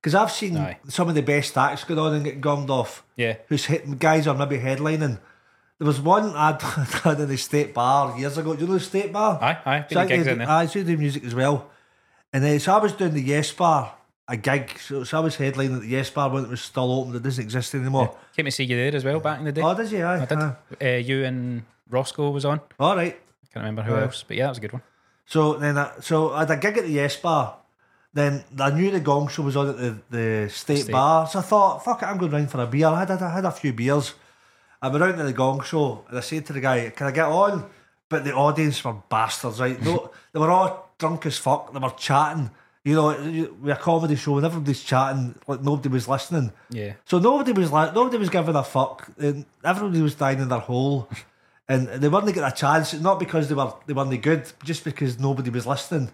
Speaker 2: Because I've seen
Speaker 1: Aye.
Speaker 2: some of the best acts go on and get gonged off.
Speaker 1: Yeah.
Speaker 2: Who's hitting guys are maybe headlining. There was one ad done in the State Bar years ago. Do you know the State Bar?
Speaker 1: aye, aye. Ah, Been
Speaker 2: So
Speaker 1: to gigs
Speaker 2: I,
Speaker 1: in there.
Speaker 2: I used to do music as well. And then, so I was doing the Yes Bar, a gig. So, so I was headlining at the Yes Bar when it was still open, it doesn't exist anymore.
Speaker 1: Came to see you there as well back in the day.
Speaker 2: Oh, did you? Aye.
Speaker 1: I did.
Speaker 2: aye.
Speaker 1: Uh, you and Roscoe was on.
Speaker 2: All right.
Speaker 1: Can't remember who
Speaker 2: Aye.
Speaker 1: else, but yeah, that was a good one.
Speaker 2: So then, I, so I had a gig at the Yes Bar. Then I knew the Gong Show was on at the, the state,
Speaker 1: State.
Speaker 2: bar, so I thought, "Fuck it, I'm going round for a beer." I had, I had a few beers. I went round to the Gong Show, and I said to the guy, "Can I get on?" But the audience were bastards, right? No, they were all drunk as fuck. They were chatting. You know, you- we're a comedy show, and everybody's chatting like nobody was listening.
Speaker 1: Yeah.
Speaker 2: So nobody was like, nobody was giving a fuck. And everybody was dying in their hole, and they weren't getting a chance. Not because they were they weren't good, just because nobody was listening.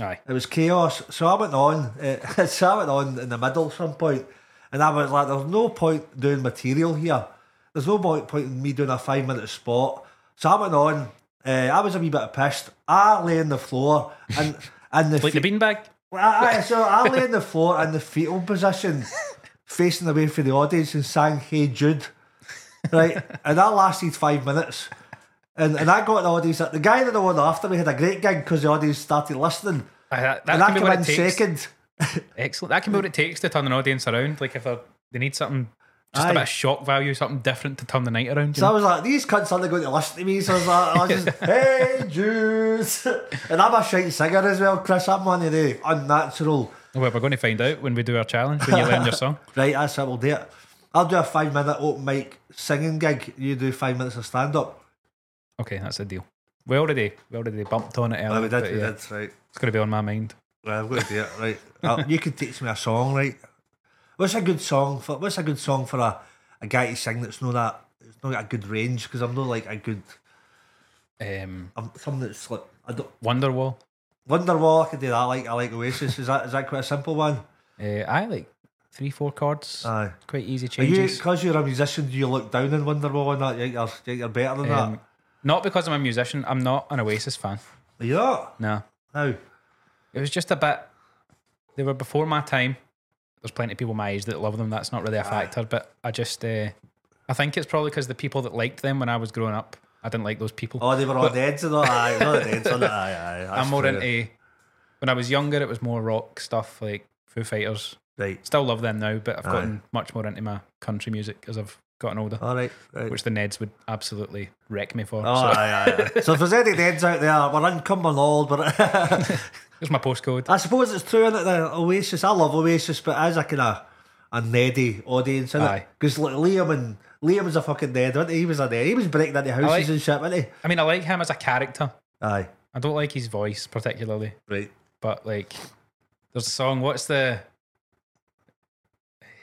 Speaker 1: Aye.
Speaker 2: It was chaos. So I went on. Uh, so I went on in the middle some point, and I was like, "There's no point doing material here. There's no point point in me doing a five minute spot." So I went on. Uh, I was a wee bit pissed. I lay on the floor and and the
Speaker 1: Like the beanbag.
Speaker 2: well, I, I, so I lay on the floor in the fetal position, facing away from the audience, and sang "Hey Jude," right? And that lasted five minutes, and and I got the audience. The guy that the one after me had a great gig because the audience started listening,
Speaker 1: Aye, that, that
Speaker 2: and
Speaker 1: can
Speaker 2: I
Speaker 1: be
Speaker 2: came
Speaker 1: what
Speaker 2: in
Speaker 1: it takes.
Speaker 2: second.
Speaker 1: Excellent. That can be what it takes to turn an audience around. Like if they're, they need something, just
Speaker 2: Aye.
Speaker 1: a bit of shock value, something different to turn the night around. you
Speaker 2: So I
Speaker 1: know?
Speaker 2: was like, these cunts aren't going to listen to me. So I was like, I was just, hey, Jews. And I'm a shite singer as well, Chris. I'm one of the unnatural.
Speaker 1: Well, we're going to find out when we do our challenge when you learn your song.
Speaker 2: Right, that's it, we'll do it. I'll do a five minute open mic singing gig. You do five minutes of stand up.
Speaker 1: Okay, that's the deal. We already we already bumped on it earlier.
Speaker 2: Oh, we did,
Speaker 1: but
Speaker 2: we
Speaker 1: yeah,
Speaker 2: did, right.
Speaker 1: It's going to be on my mind.
Speaker 2: Right, I'm going to do it, right. Uh, you could teach me a song, right? What's a good song for? What's a good song for a, a guy to sing that's not that? It's not got a good range because I'm not like a good.
Speaker 1: Um,
Speaker 2: I'm something that's like I don't.
Speaker 1: Wonderwall.
Speaker 2: Wonderwall, I could do that. I like I like Oasis. Is that is that quite a simple one?
Speaker 1: Uh, I like three four chords.
Speaker 2: Aye.
Speaker 1: Quite easy
Speaker 2: Are you
Speaker 1: changes.
Speaker 2: because you're a musician? Do you look down on Wonderwall and that? You think you're, you think you're better than
Speaker 1: Um, not because I'm a musician. I'm not an Oasis fan.
Speaker 2: that? Are you not?
Speaker 1: No,
Speaker 2: No.
Speaker 1: it was just a bit. They were before my time. There's plenty of people my age that love them. That's not
Speaker 2: Ah.
Speaker 1: really a factor, but I just, uh, I think it's probably because the people that liked them when I was growing up, I didn't like those people.
Speaker 2: Oh, they were on the edge of that. Aye, not the edge of that. Aye, aye. that's
Speaker 1: I'm more
Speaker 2: fair.
Speaker 1: into. When I was younger, it was more rock stuff like Foo Fighters.
Speaker 2: right.
Speaker 1: Still love them now, but I've gotten much more into my country music as I've gotten older,
Speaker 2: All right. Right.
Speaker 1: which the Neds would absolutely wreck me for.
Speaker 2: Oh,
Speaker 1: so
Speaker 2: aye, aye, aye. so if there's any Neds out there, we're in Cumbernauld. We're
Speaker 1: here's my postcode.
Speaker 2: I suppose it's true, isn't it? The Oasis. I love Oasis, but as a kind of a neddy audience, isn't
Speaker 1: Aye.
Speaker 2: Because like Liam and Liam was a fucking ned, wasn't he? He was a ned. He was breaking into houses
Speaker 1: like-
Speaker 2: and shit, wasn't he?
Speaker 1: I mean, I like him as a character.
Speaker 2: Aye.
Speaker 1: I don't like his voice particularly,
Speaker 2: Right.
Speaker 1: but like, there's a song. What's the?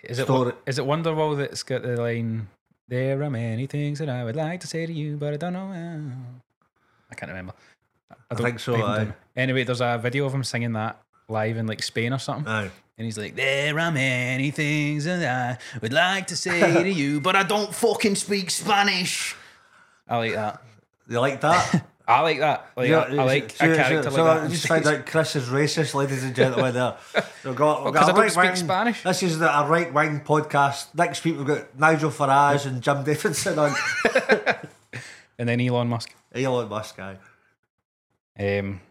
Speaker 1: Is it
Speaker 2: Story.
Speaker 1: is it Wonderwall that's got the line? There are many things that I would like to say to you, but I don't know. how." I can't remember.
Speaker 2: I
Speaker 1: don't
Speaker 2: think so,
Speaker 1: even
Speaker 2: aye.
Speaker 1: know. Anyway, there's a video of him singing that live in like Spain or something,
Speaker 2: Aye.
Speaker 1: and he's like, "There are many things that I would like to say to you, but I don't fucking speak Spanish." I like that.
Speaker 2: You like that?
Speaker 1: I like that. Like, I, I like
Speaker 2: so-
Speaker 1: a character
Speaker 2: so,
Speaker 1: like
Speaker 2: so
Speaker 1: that.
Speaker 2: I just found out Chris is racist, ladies and gentlemen. There, we've got, we've
Speaker 1: 'cause I
Speaker 2: got a
Speaker 1: don't
Speaker 2: right
Speaker 1: speak
Speaker 2: wing,
Speaker 1: Spanish.
Speaker 2: This is the, a right wing podcast. Next week we've got Nigel Farage and Jim Davidson on
Speaker 1: and then Elon Musk.
Speaker 2: Elon Musk. Guy.
Speaker 1: Um,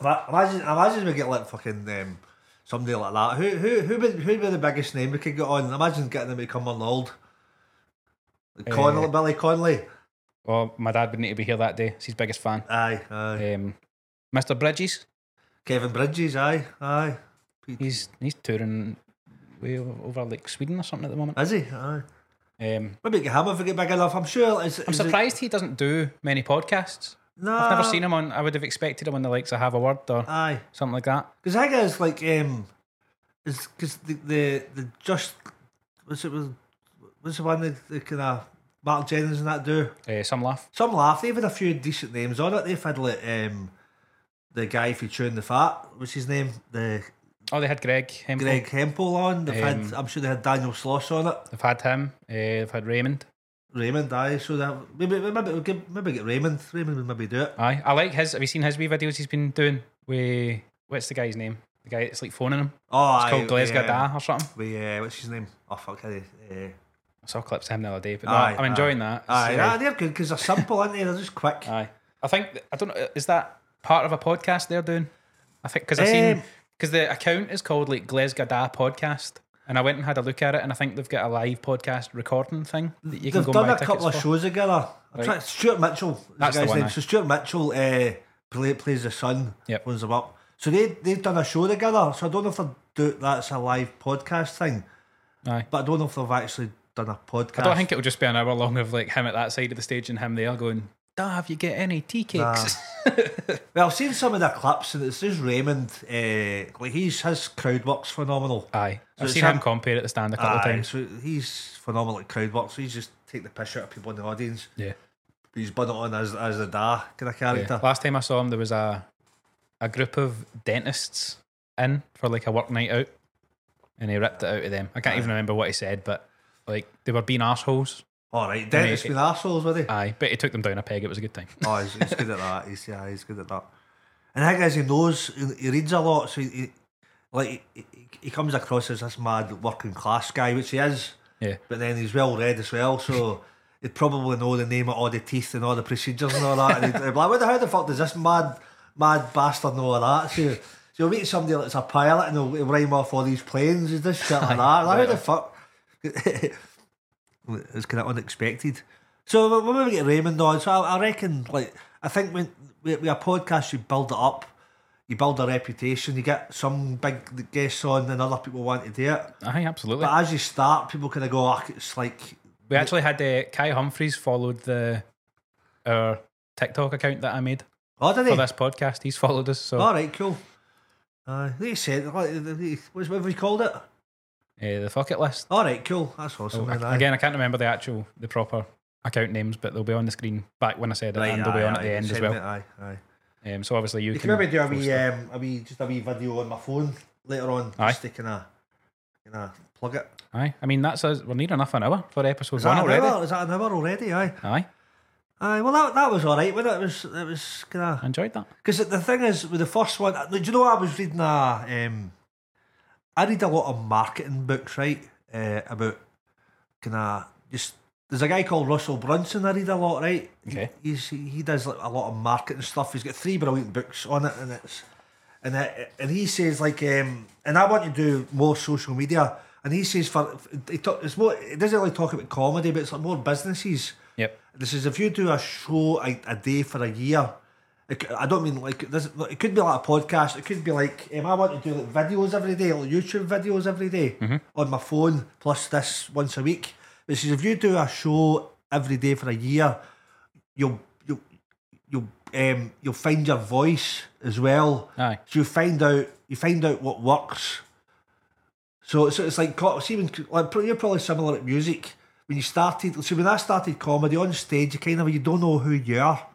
Speaker 2: Imagine, imagine we get like fucking um, somebody like that. Who, who, who would, who'd be the biggest name we could get on? Imagine getting them to come on old. Like Connolly,
Speaker 1: Eh.
Speaker 2: Billy Connolly.
Speaker 1: well, Oh, my dad would need to be here that day. He's his biggest fan.
Speaker 2: Aye, aye.
Speaker 1: Um, Mr. Bridges,
Speaker 2: Kevin Bridges. Aye, aye.
Speaker 1: he's he's touring way o- over like Sweden or something at the moment.
Speaker 2: Is he? Aye.
Speaker 1: Um,
Speaker 2: Maybe get him if we get big enough. I'm sure. Is, Uh,
Speaker 1: I'm surprised he doesn't do many podcasts.
Speaker 2: no,
Speaker 1: I've never seen him on. I would have expected him on the likes of Have a Word or
Speaker 2: Aye.
Speaker 1: something like that.
Speaker 2: Because I guess like um, is because the, the the just was it was was the one that the kind of Mark Jennings and that do
Speaker 1: Uh, some laugh.
Speaker 2: some laugh. They've had a few decent names on it. They've had like um, the guy who chewing the fat. What's his name? The
Speaker 1: Oh, they had Greg. Hempel.
Speaker 2: Greg Hempel on. They've
Speaker 1: Mm-hmm. Um,
Speaker 2: had. I'm sure they had Daniel Sloss on it.
Speaker 1: They've had him. Uh, they've had Raymond.
Speaker 2: Raymond, aye. So that maybe maybe maybe, we'll get- maybe get Raymond. Raymond would maybe do it.
Speaker 1: Aye, I like his. Have you seen his wee videos he's been doing? With what's the guy's name? The guy that's like phoning him.
Speaker 2: Oh,
Speaker 1: It's
Speaker 2: aye,
Speaker 1: called Glasgow
Speaker 2: um,
Speaker 1: Da or something.
Speaker 2: We uh, what's his name? Oh fuck, uh,
Speaker 1: I saw clips of him the other day, but no,
Speaker 2: Aye,
Speaker 1: I'm enjoying that. It's,
Speaker 2: aye,
Speaker 1: uh,
Speaker 2: nah, they're good because they're simple, aren't they? They're just quick.
Speaker 1: Aye. I think th- I don't know. Is that part of a podcast they're doing? I think because I seen
Speaker 2: Um,
Speaker 1: because the account is called like Glesgada Podcast, and I went and had a look at it, and I think they've got a live podcast recording thing that you can
Speaker 2: They've
Speaker 1: go and
Speaker 2: done
Speaker 1: buy
Speaker 2: a couple of
Speaker 1: tickets for.
Speaker 2: shows together. I'm
Speaker 1: Right.
Speaker 2: trying, Stuart Mitchell, is
Speaker 1: That's
Speaker 2: the
Speaker 1: the
Speaker 2: guy's
Speaker 1: one,
Speaker 2: name.
Speaker 1: aye.
Speaker 2: So Stuart Mitchell uh, play, plays the son,
Speaker 1: Yep.
Speaker 2: phones him up. So they they've done a show together. So I don't know if they're do that's a live podcast thing,
Speaker 1: Aye.
Speaker 2: but I don't know if they've actually done a podcast.
Speaker 1: I don't think it'll just be an hour long of like him at that side of the stage and him there going, "Da, if you get any tea cakes?"
Speaker 2: well, I've seen some of the clips, and it's just Raymond. Uh, like he's his crowd work's phenomenal.
Speaker 1: Aye. I've
Speaker 2: So it's
Speaker 1: seen him
Speaker 2: him-
Speaker 1: compare at the stand Ah, a couple of
Speaker 2: Aye,
Speaker 1: times.
Speaker 2: So he's phenomenal at crowd work. So he's just take the piss out of people in the audience.
Speaker 1: Yeah.
Speaker 2: He's done it on as as a da kind of
Speaker 1: Yeah.
Speaker 2: character.
Speaker 1: Last time I saw him, there was a a group of dentists in for like a work night out, and he ripped it out of them. I can't even remember what he said, but like they were being assholes.
Speaker 2: All right, Dennis
Speaker 1: it-
Speaker 2: been arseholes, with he?
Speaker 1: Aye, but he took them down a peg. It was a good time.
Speaker 2: Oh, he's, he's good at that. He's yeah, he's good at that. And I guess he knows he, he reads a lot, so he, he like he, he- he comes across as this mad working class guy, which he is.
Speaker 1: Yeah.
Speaker 2: But then he's well read as well, so he'd probably know the name of all the teeth and all the procedures and all that. And he'd, he'd be like, "What the how the fuck does this mad mad bastard know all that?" So, So you'll meet somebody that's a pilot and they'll, they'll rhyme off all these planes and this shit like that. Like, how the fuck? it's kind of unexpected. So when we get Raymond on, so I, I reckon, like, I think when we, we a podcast, you build it up, you build a reputation, you get some big guests on, and other people want to do it.
Speaker 1: Aye, absolutely.
Speaker 2: But as you start, people kind of go, oh, it's like
Speaker 1: We actually had uh, Kai Humphries followed the our TikTok account that I made
Speaker 2: Oh, did
Speaker 1: for
Speaker 2: he?
Speaker 1: this podcast. He's followed us, so uh,
Speaker 2: All right, cool. Uh, they said, like, they- they- what's- what have we called it?
Speaker 1: eh, the fuck it list.
Speaker 2: All right, cool. That's awesome. man,
Speaker 1: I-
Speaker 2: aye.
Speaker 1: Oh, again, I can't remember the actual the proper account names, but they'll be on the screen back when I said it,
Speaker 2: Right,
Speaker 1: and they'll be
Speaker 2: aye,
Speaker 1: on at
Speaker 2: aye,
Speaker 1: the end as
Speaker 2: send
Speaker 1: well.
Speaker 2: it, aye, aye.
Speaker 1: Um, so obviously you
Speaker 2: You
Speaker 1: can
Speaker 2: can maybe do a
Speaker 1: post
Speaker 2: wee,
Speaker 1: it.
Speaker 2: um, a wee, just a wee video on my phone later on,
Speaker 1: Aye.
Speaker 2: just to kind of, kind of plug it.
Speaker 1: Aye, I mean that's us. We're near enough an hour for episode
Speaker 2: Is
Speaker 1: one
Speaker 2: that an
Speaker 1: already.
Speaker 2: hour? Is that an hour already? Aye,
Speaker 1: Aye,
Speaker 2: aye. Well, that that was all right. When it It was, it was kind of.
Speaker 1: I enjoyed that.
Speaker 2: Because the thing is, with the first one, do you know I was reading a, um, I read a lot of marketing books, right? Uh, about kind of just there's a guy called Russell Brunson. I read a lot, right?
Speaker 1: Okay.
Speaker 2: He's he does like a lot of marketing stuff. He's got three brilliant books on it, and it's and it, and he says like um, and I want to do more social media. And he says for he talk, it's more it doesn't really talk about comedy, but it's like more businesses.
Speaker 1: Yep.
Speaker 2: This is if you do a show a, a day for a year. It, c- I don't mean like this. It could be like a podcast. It could be like um, I want to do like videos every day, like YouTube videos every day on my phone, plus this once a week. This is if you do a show every day for a year, you'll you'll you'll um, you'll find your voice as well.
Speaker 1: Aye.
Speaker 2: So you find out you find out what works. So so it's like co- see when like pro- you're probably similar at music. When you started, so when I started comedy on stage, you kind of you don't know who you are.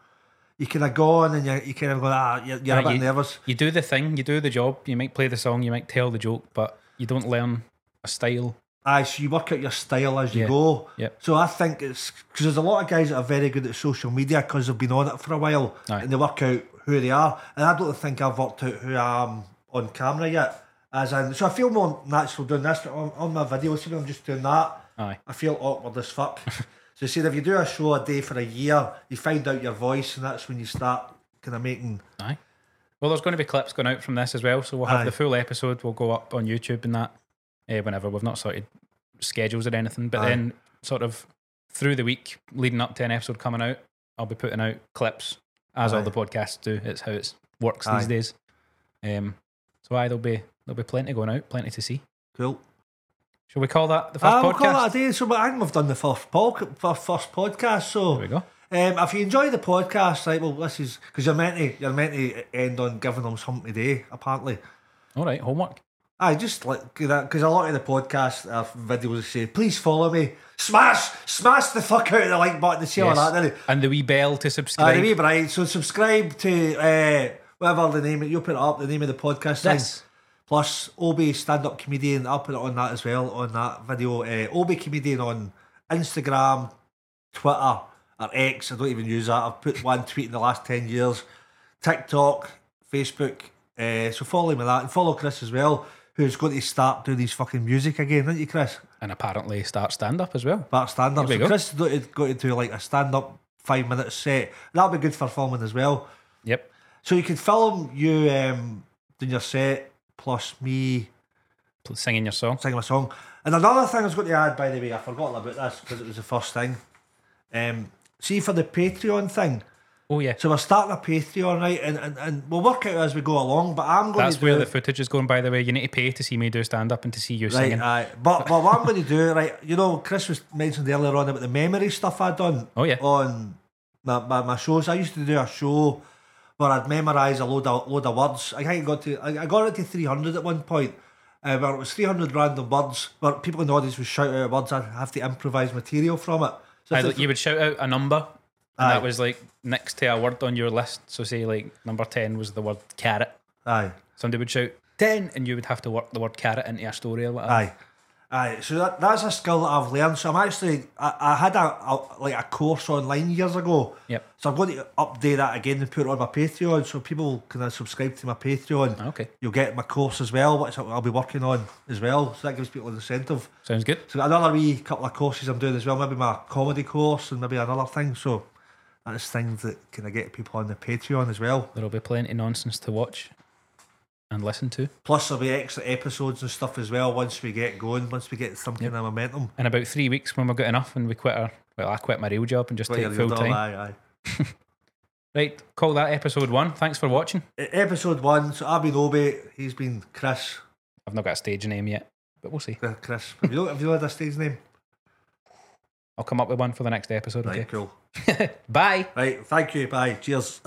Speaker 2: You kind of go on and you you kind of go ah you're, you're a
Speaker 1: Aye,
Speaker 2: bit
Speaker 1: you-
Speaker 2: nervous.
Speaker 1: You do the thing, you do the job. You might play the song, you might tell the joke, but you don't learn a style.
Speaker 2: Aye, so you work out your style as you
Speaker 1: Yeah,
Speaker 2: go.
Speaker 1: yep.
Speaker 2: So I think it's because there's a lot of guys that are very good at social media because they've been on it for a while
Speaker 1: Aye.
Speaker 2: and they work out who they are. And I don't think I've worked out who I am on camera yet. As in, so I feel more natural doing this but on, on my videos. See, when I'm just doing that.
Speaker 1: Aye.
Speaker 2: I feel awkward as fuck. so, see, if you do a show a day for a year, you find out your voice, and that's when you start kind of making.
Speaker 1: Aye. Well, there's going to be clips going out from this as well, so we'll have
Speaker 2: Aye.
Speaker 1: the full episode. We'll go up on YouTube and that uh, whenever we've not sorted schedules or anything. But
Speaker 2: Aye.
Speaker 1: then, sort of through the week leading up to an episode coming out, I'll be putting out clips as all
Speaker 2: Aye.
Speaker 1: the podcasts do. It's how it works
Speaker 2: Aye.
Speaker 1: these days. Um, so aye, there'll be there'll be plenty going out, plenty to see.
Speaker 2: Cool.
Speaker 1: Shall we call that the first
Speaker 2: I will
Speaker 1: podcast?
Speaker 2: Ah, call that a day. So, but I think we've done the first, pol- fir- first podcast. So,
Speaker 1: there we go.
Speaker 2: Um, if you enjoy the podcast, right? Well, this is because you're meant to you're meant to end on giving them something today. Apparently,
Speaker 1: All right, homework.
Speaker 2: I just like that because a lot of the podcasts are videos say, "Please follow me, smash, smash the fuck out of the like button." They say all
Speaker 1: Yes.
Speaker 2: that, don't they?
Speaker 1: And the wee bell to
Speaker 2: Aye,
Speaker 1: subscribe.
Speaker 2: the wee bit, right? So subscribe to uh, whatever the name. You'll put it up the name of the podcast. thing.
Speaker 1: This.
Speaker 2: Plus, Obi stand up comedian. I'll put it on that as well on that video. Uh, Obi comedian on Instagram, Twitter, or X. I don't even use that. I've put one tweet in the last 10 years. TikTok, Facebook. Uh, so follow me with that and follow Chris as well, who's going to start doing his fucking music again, aren't you, Chris?
Speaker 1: and apparently start stand up as well.
Speaker 2: Bart stand up.
Speaker 1: There
Speaker 2: So
Speaker 1: we go.
Speaker 2: Chris is going to- going to do like a stand up five minute set. That'll be good for filming as well.
Speaker 1: Yep.
Speaker 2: So you can film you um, doing your set plus me
Speaker 1: Pl- Singing your song.
Speaker 2: singing a song. And another thing I was going to add, by the way, I forgot about this because it was the first thing. Um, see for the Patreon thing.
Speaker 1: Oh yeah.
Speaker 2: So we're starting a Patreon, right? And, and, and we'll work out as we go along. But I'm going to
Speaker 1: That's
Speaker 2: do
Speaker 1: where the footage is going, by the way. You need to pay to see me do stand up and to see you
Speaker 2: right. ah,
Speaker 1: singing.
Speaker 2: aye. But but what I'm going to do, right? You know, Chris was mentioned earlier on about the memory stuff I'd done.
Speaker 1: Oh, yeah.
Speaker 2: On my, my, my shows, I used to do a show where I'd memorise a load of load of words. I think I got to I, I got it to three hundred at one point. Uh, where it was 300 random words, where people in the audience would shout out words, I'd have to improvise material from it. So
Speaker 1: I,
Speaker 2: if-
Speaker 1: you would shout out a number, and
Speaker 2: Aye.
Speaker 1: that was like next to a word on your list. So say like number ten was the word carrot.
Speaker 2: aye.
Speaker 1: Somebody would shout ten, and you would have to work the word carrot into a story or whatever.
Speaker 2: Aye. Aye, so that, that's a skill that I've learned. So I'm actually, I, I had a, a like a course online years ago.
Speaker 1: Yep.
Speaker 2: So I'm going to update that again and put it on my Patreon, so people can uh, subscribe to my Patreon.
Speaker 1: Ah, Okay,
Speaker 2: You'll get my course as well, which I'll I'll be working on as well. So that gives people an incentive.
Speaker 1: sounds good.
Speaker 2: So another wee couple of courses I'm doing as well, maybe my comedy course and maybe another thing. So that's things that can I get people on the Patreon as well.
Speaker 1: There'll be plenty nonsense to watch. and listen to.
Speaker 2: Plus, there'll be extra episodes and stuff as well once we get going, once we get some kind of momentum.
Speaker 1: In about three weeks, when we've got enough and we quit our, well, I quit my real job and just
Speaker 2: Like,
Speaker 1: take full
Speaker 2: you're done,
Speaker 1: time.
Speaker 2: Aye, aye.
Speaker 1: Right, call that episode one. Thanks for watching.
Speaker 2: E- Episode one. So I've been Obi. He's been Chris.
Speaker 1: I've not got a stage name yet, but we'll see.
Speaker 2: Uh, Chris. Have you, have you had a stage name?
Speaker 1: I'll come up with one for the next episode.
Speaker 2: Right,
Speaker 1: Okay.
Speaker 2: cool.
Speaker 1: Bye.
Speaker 2: Right. Thank you. Bye. Cheers.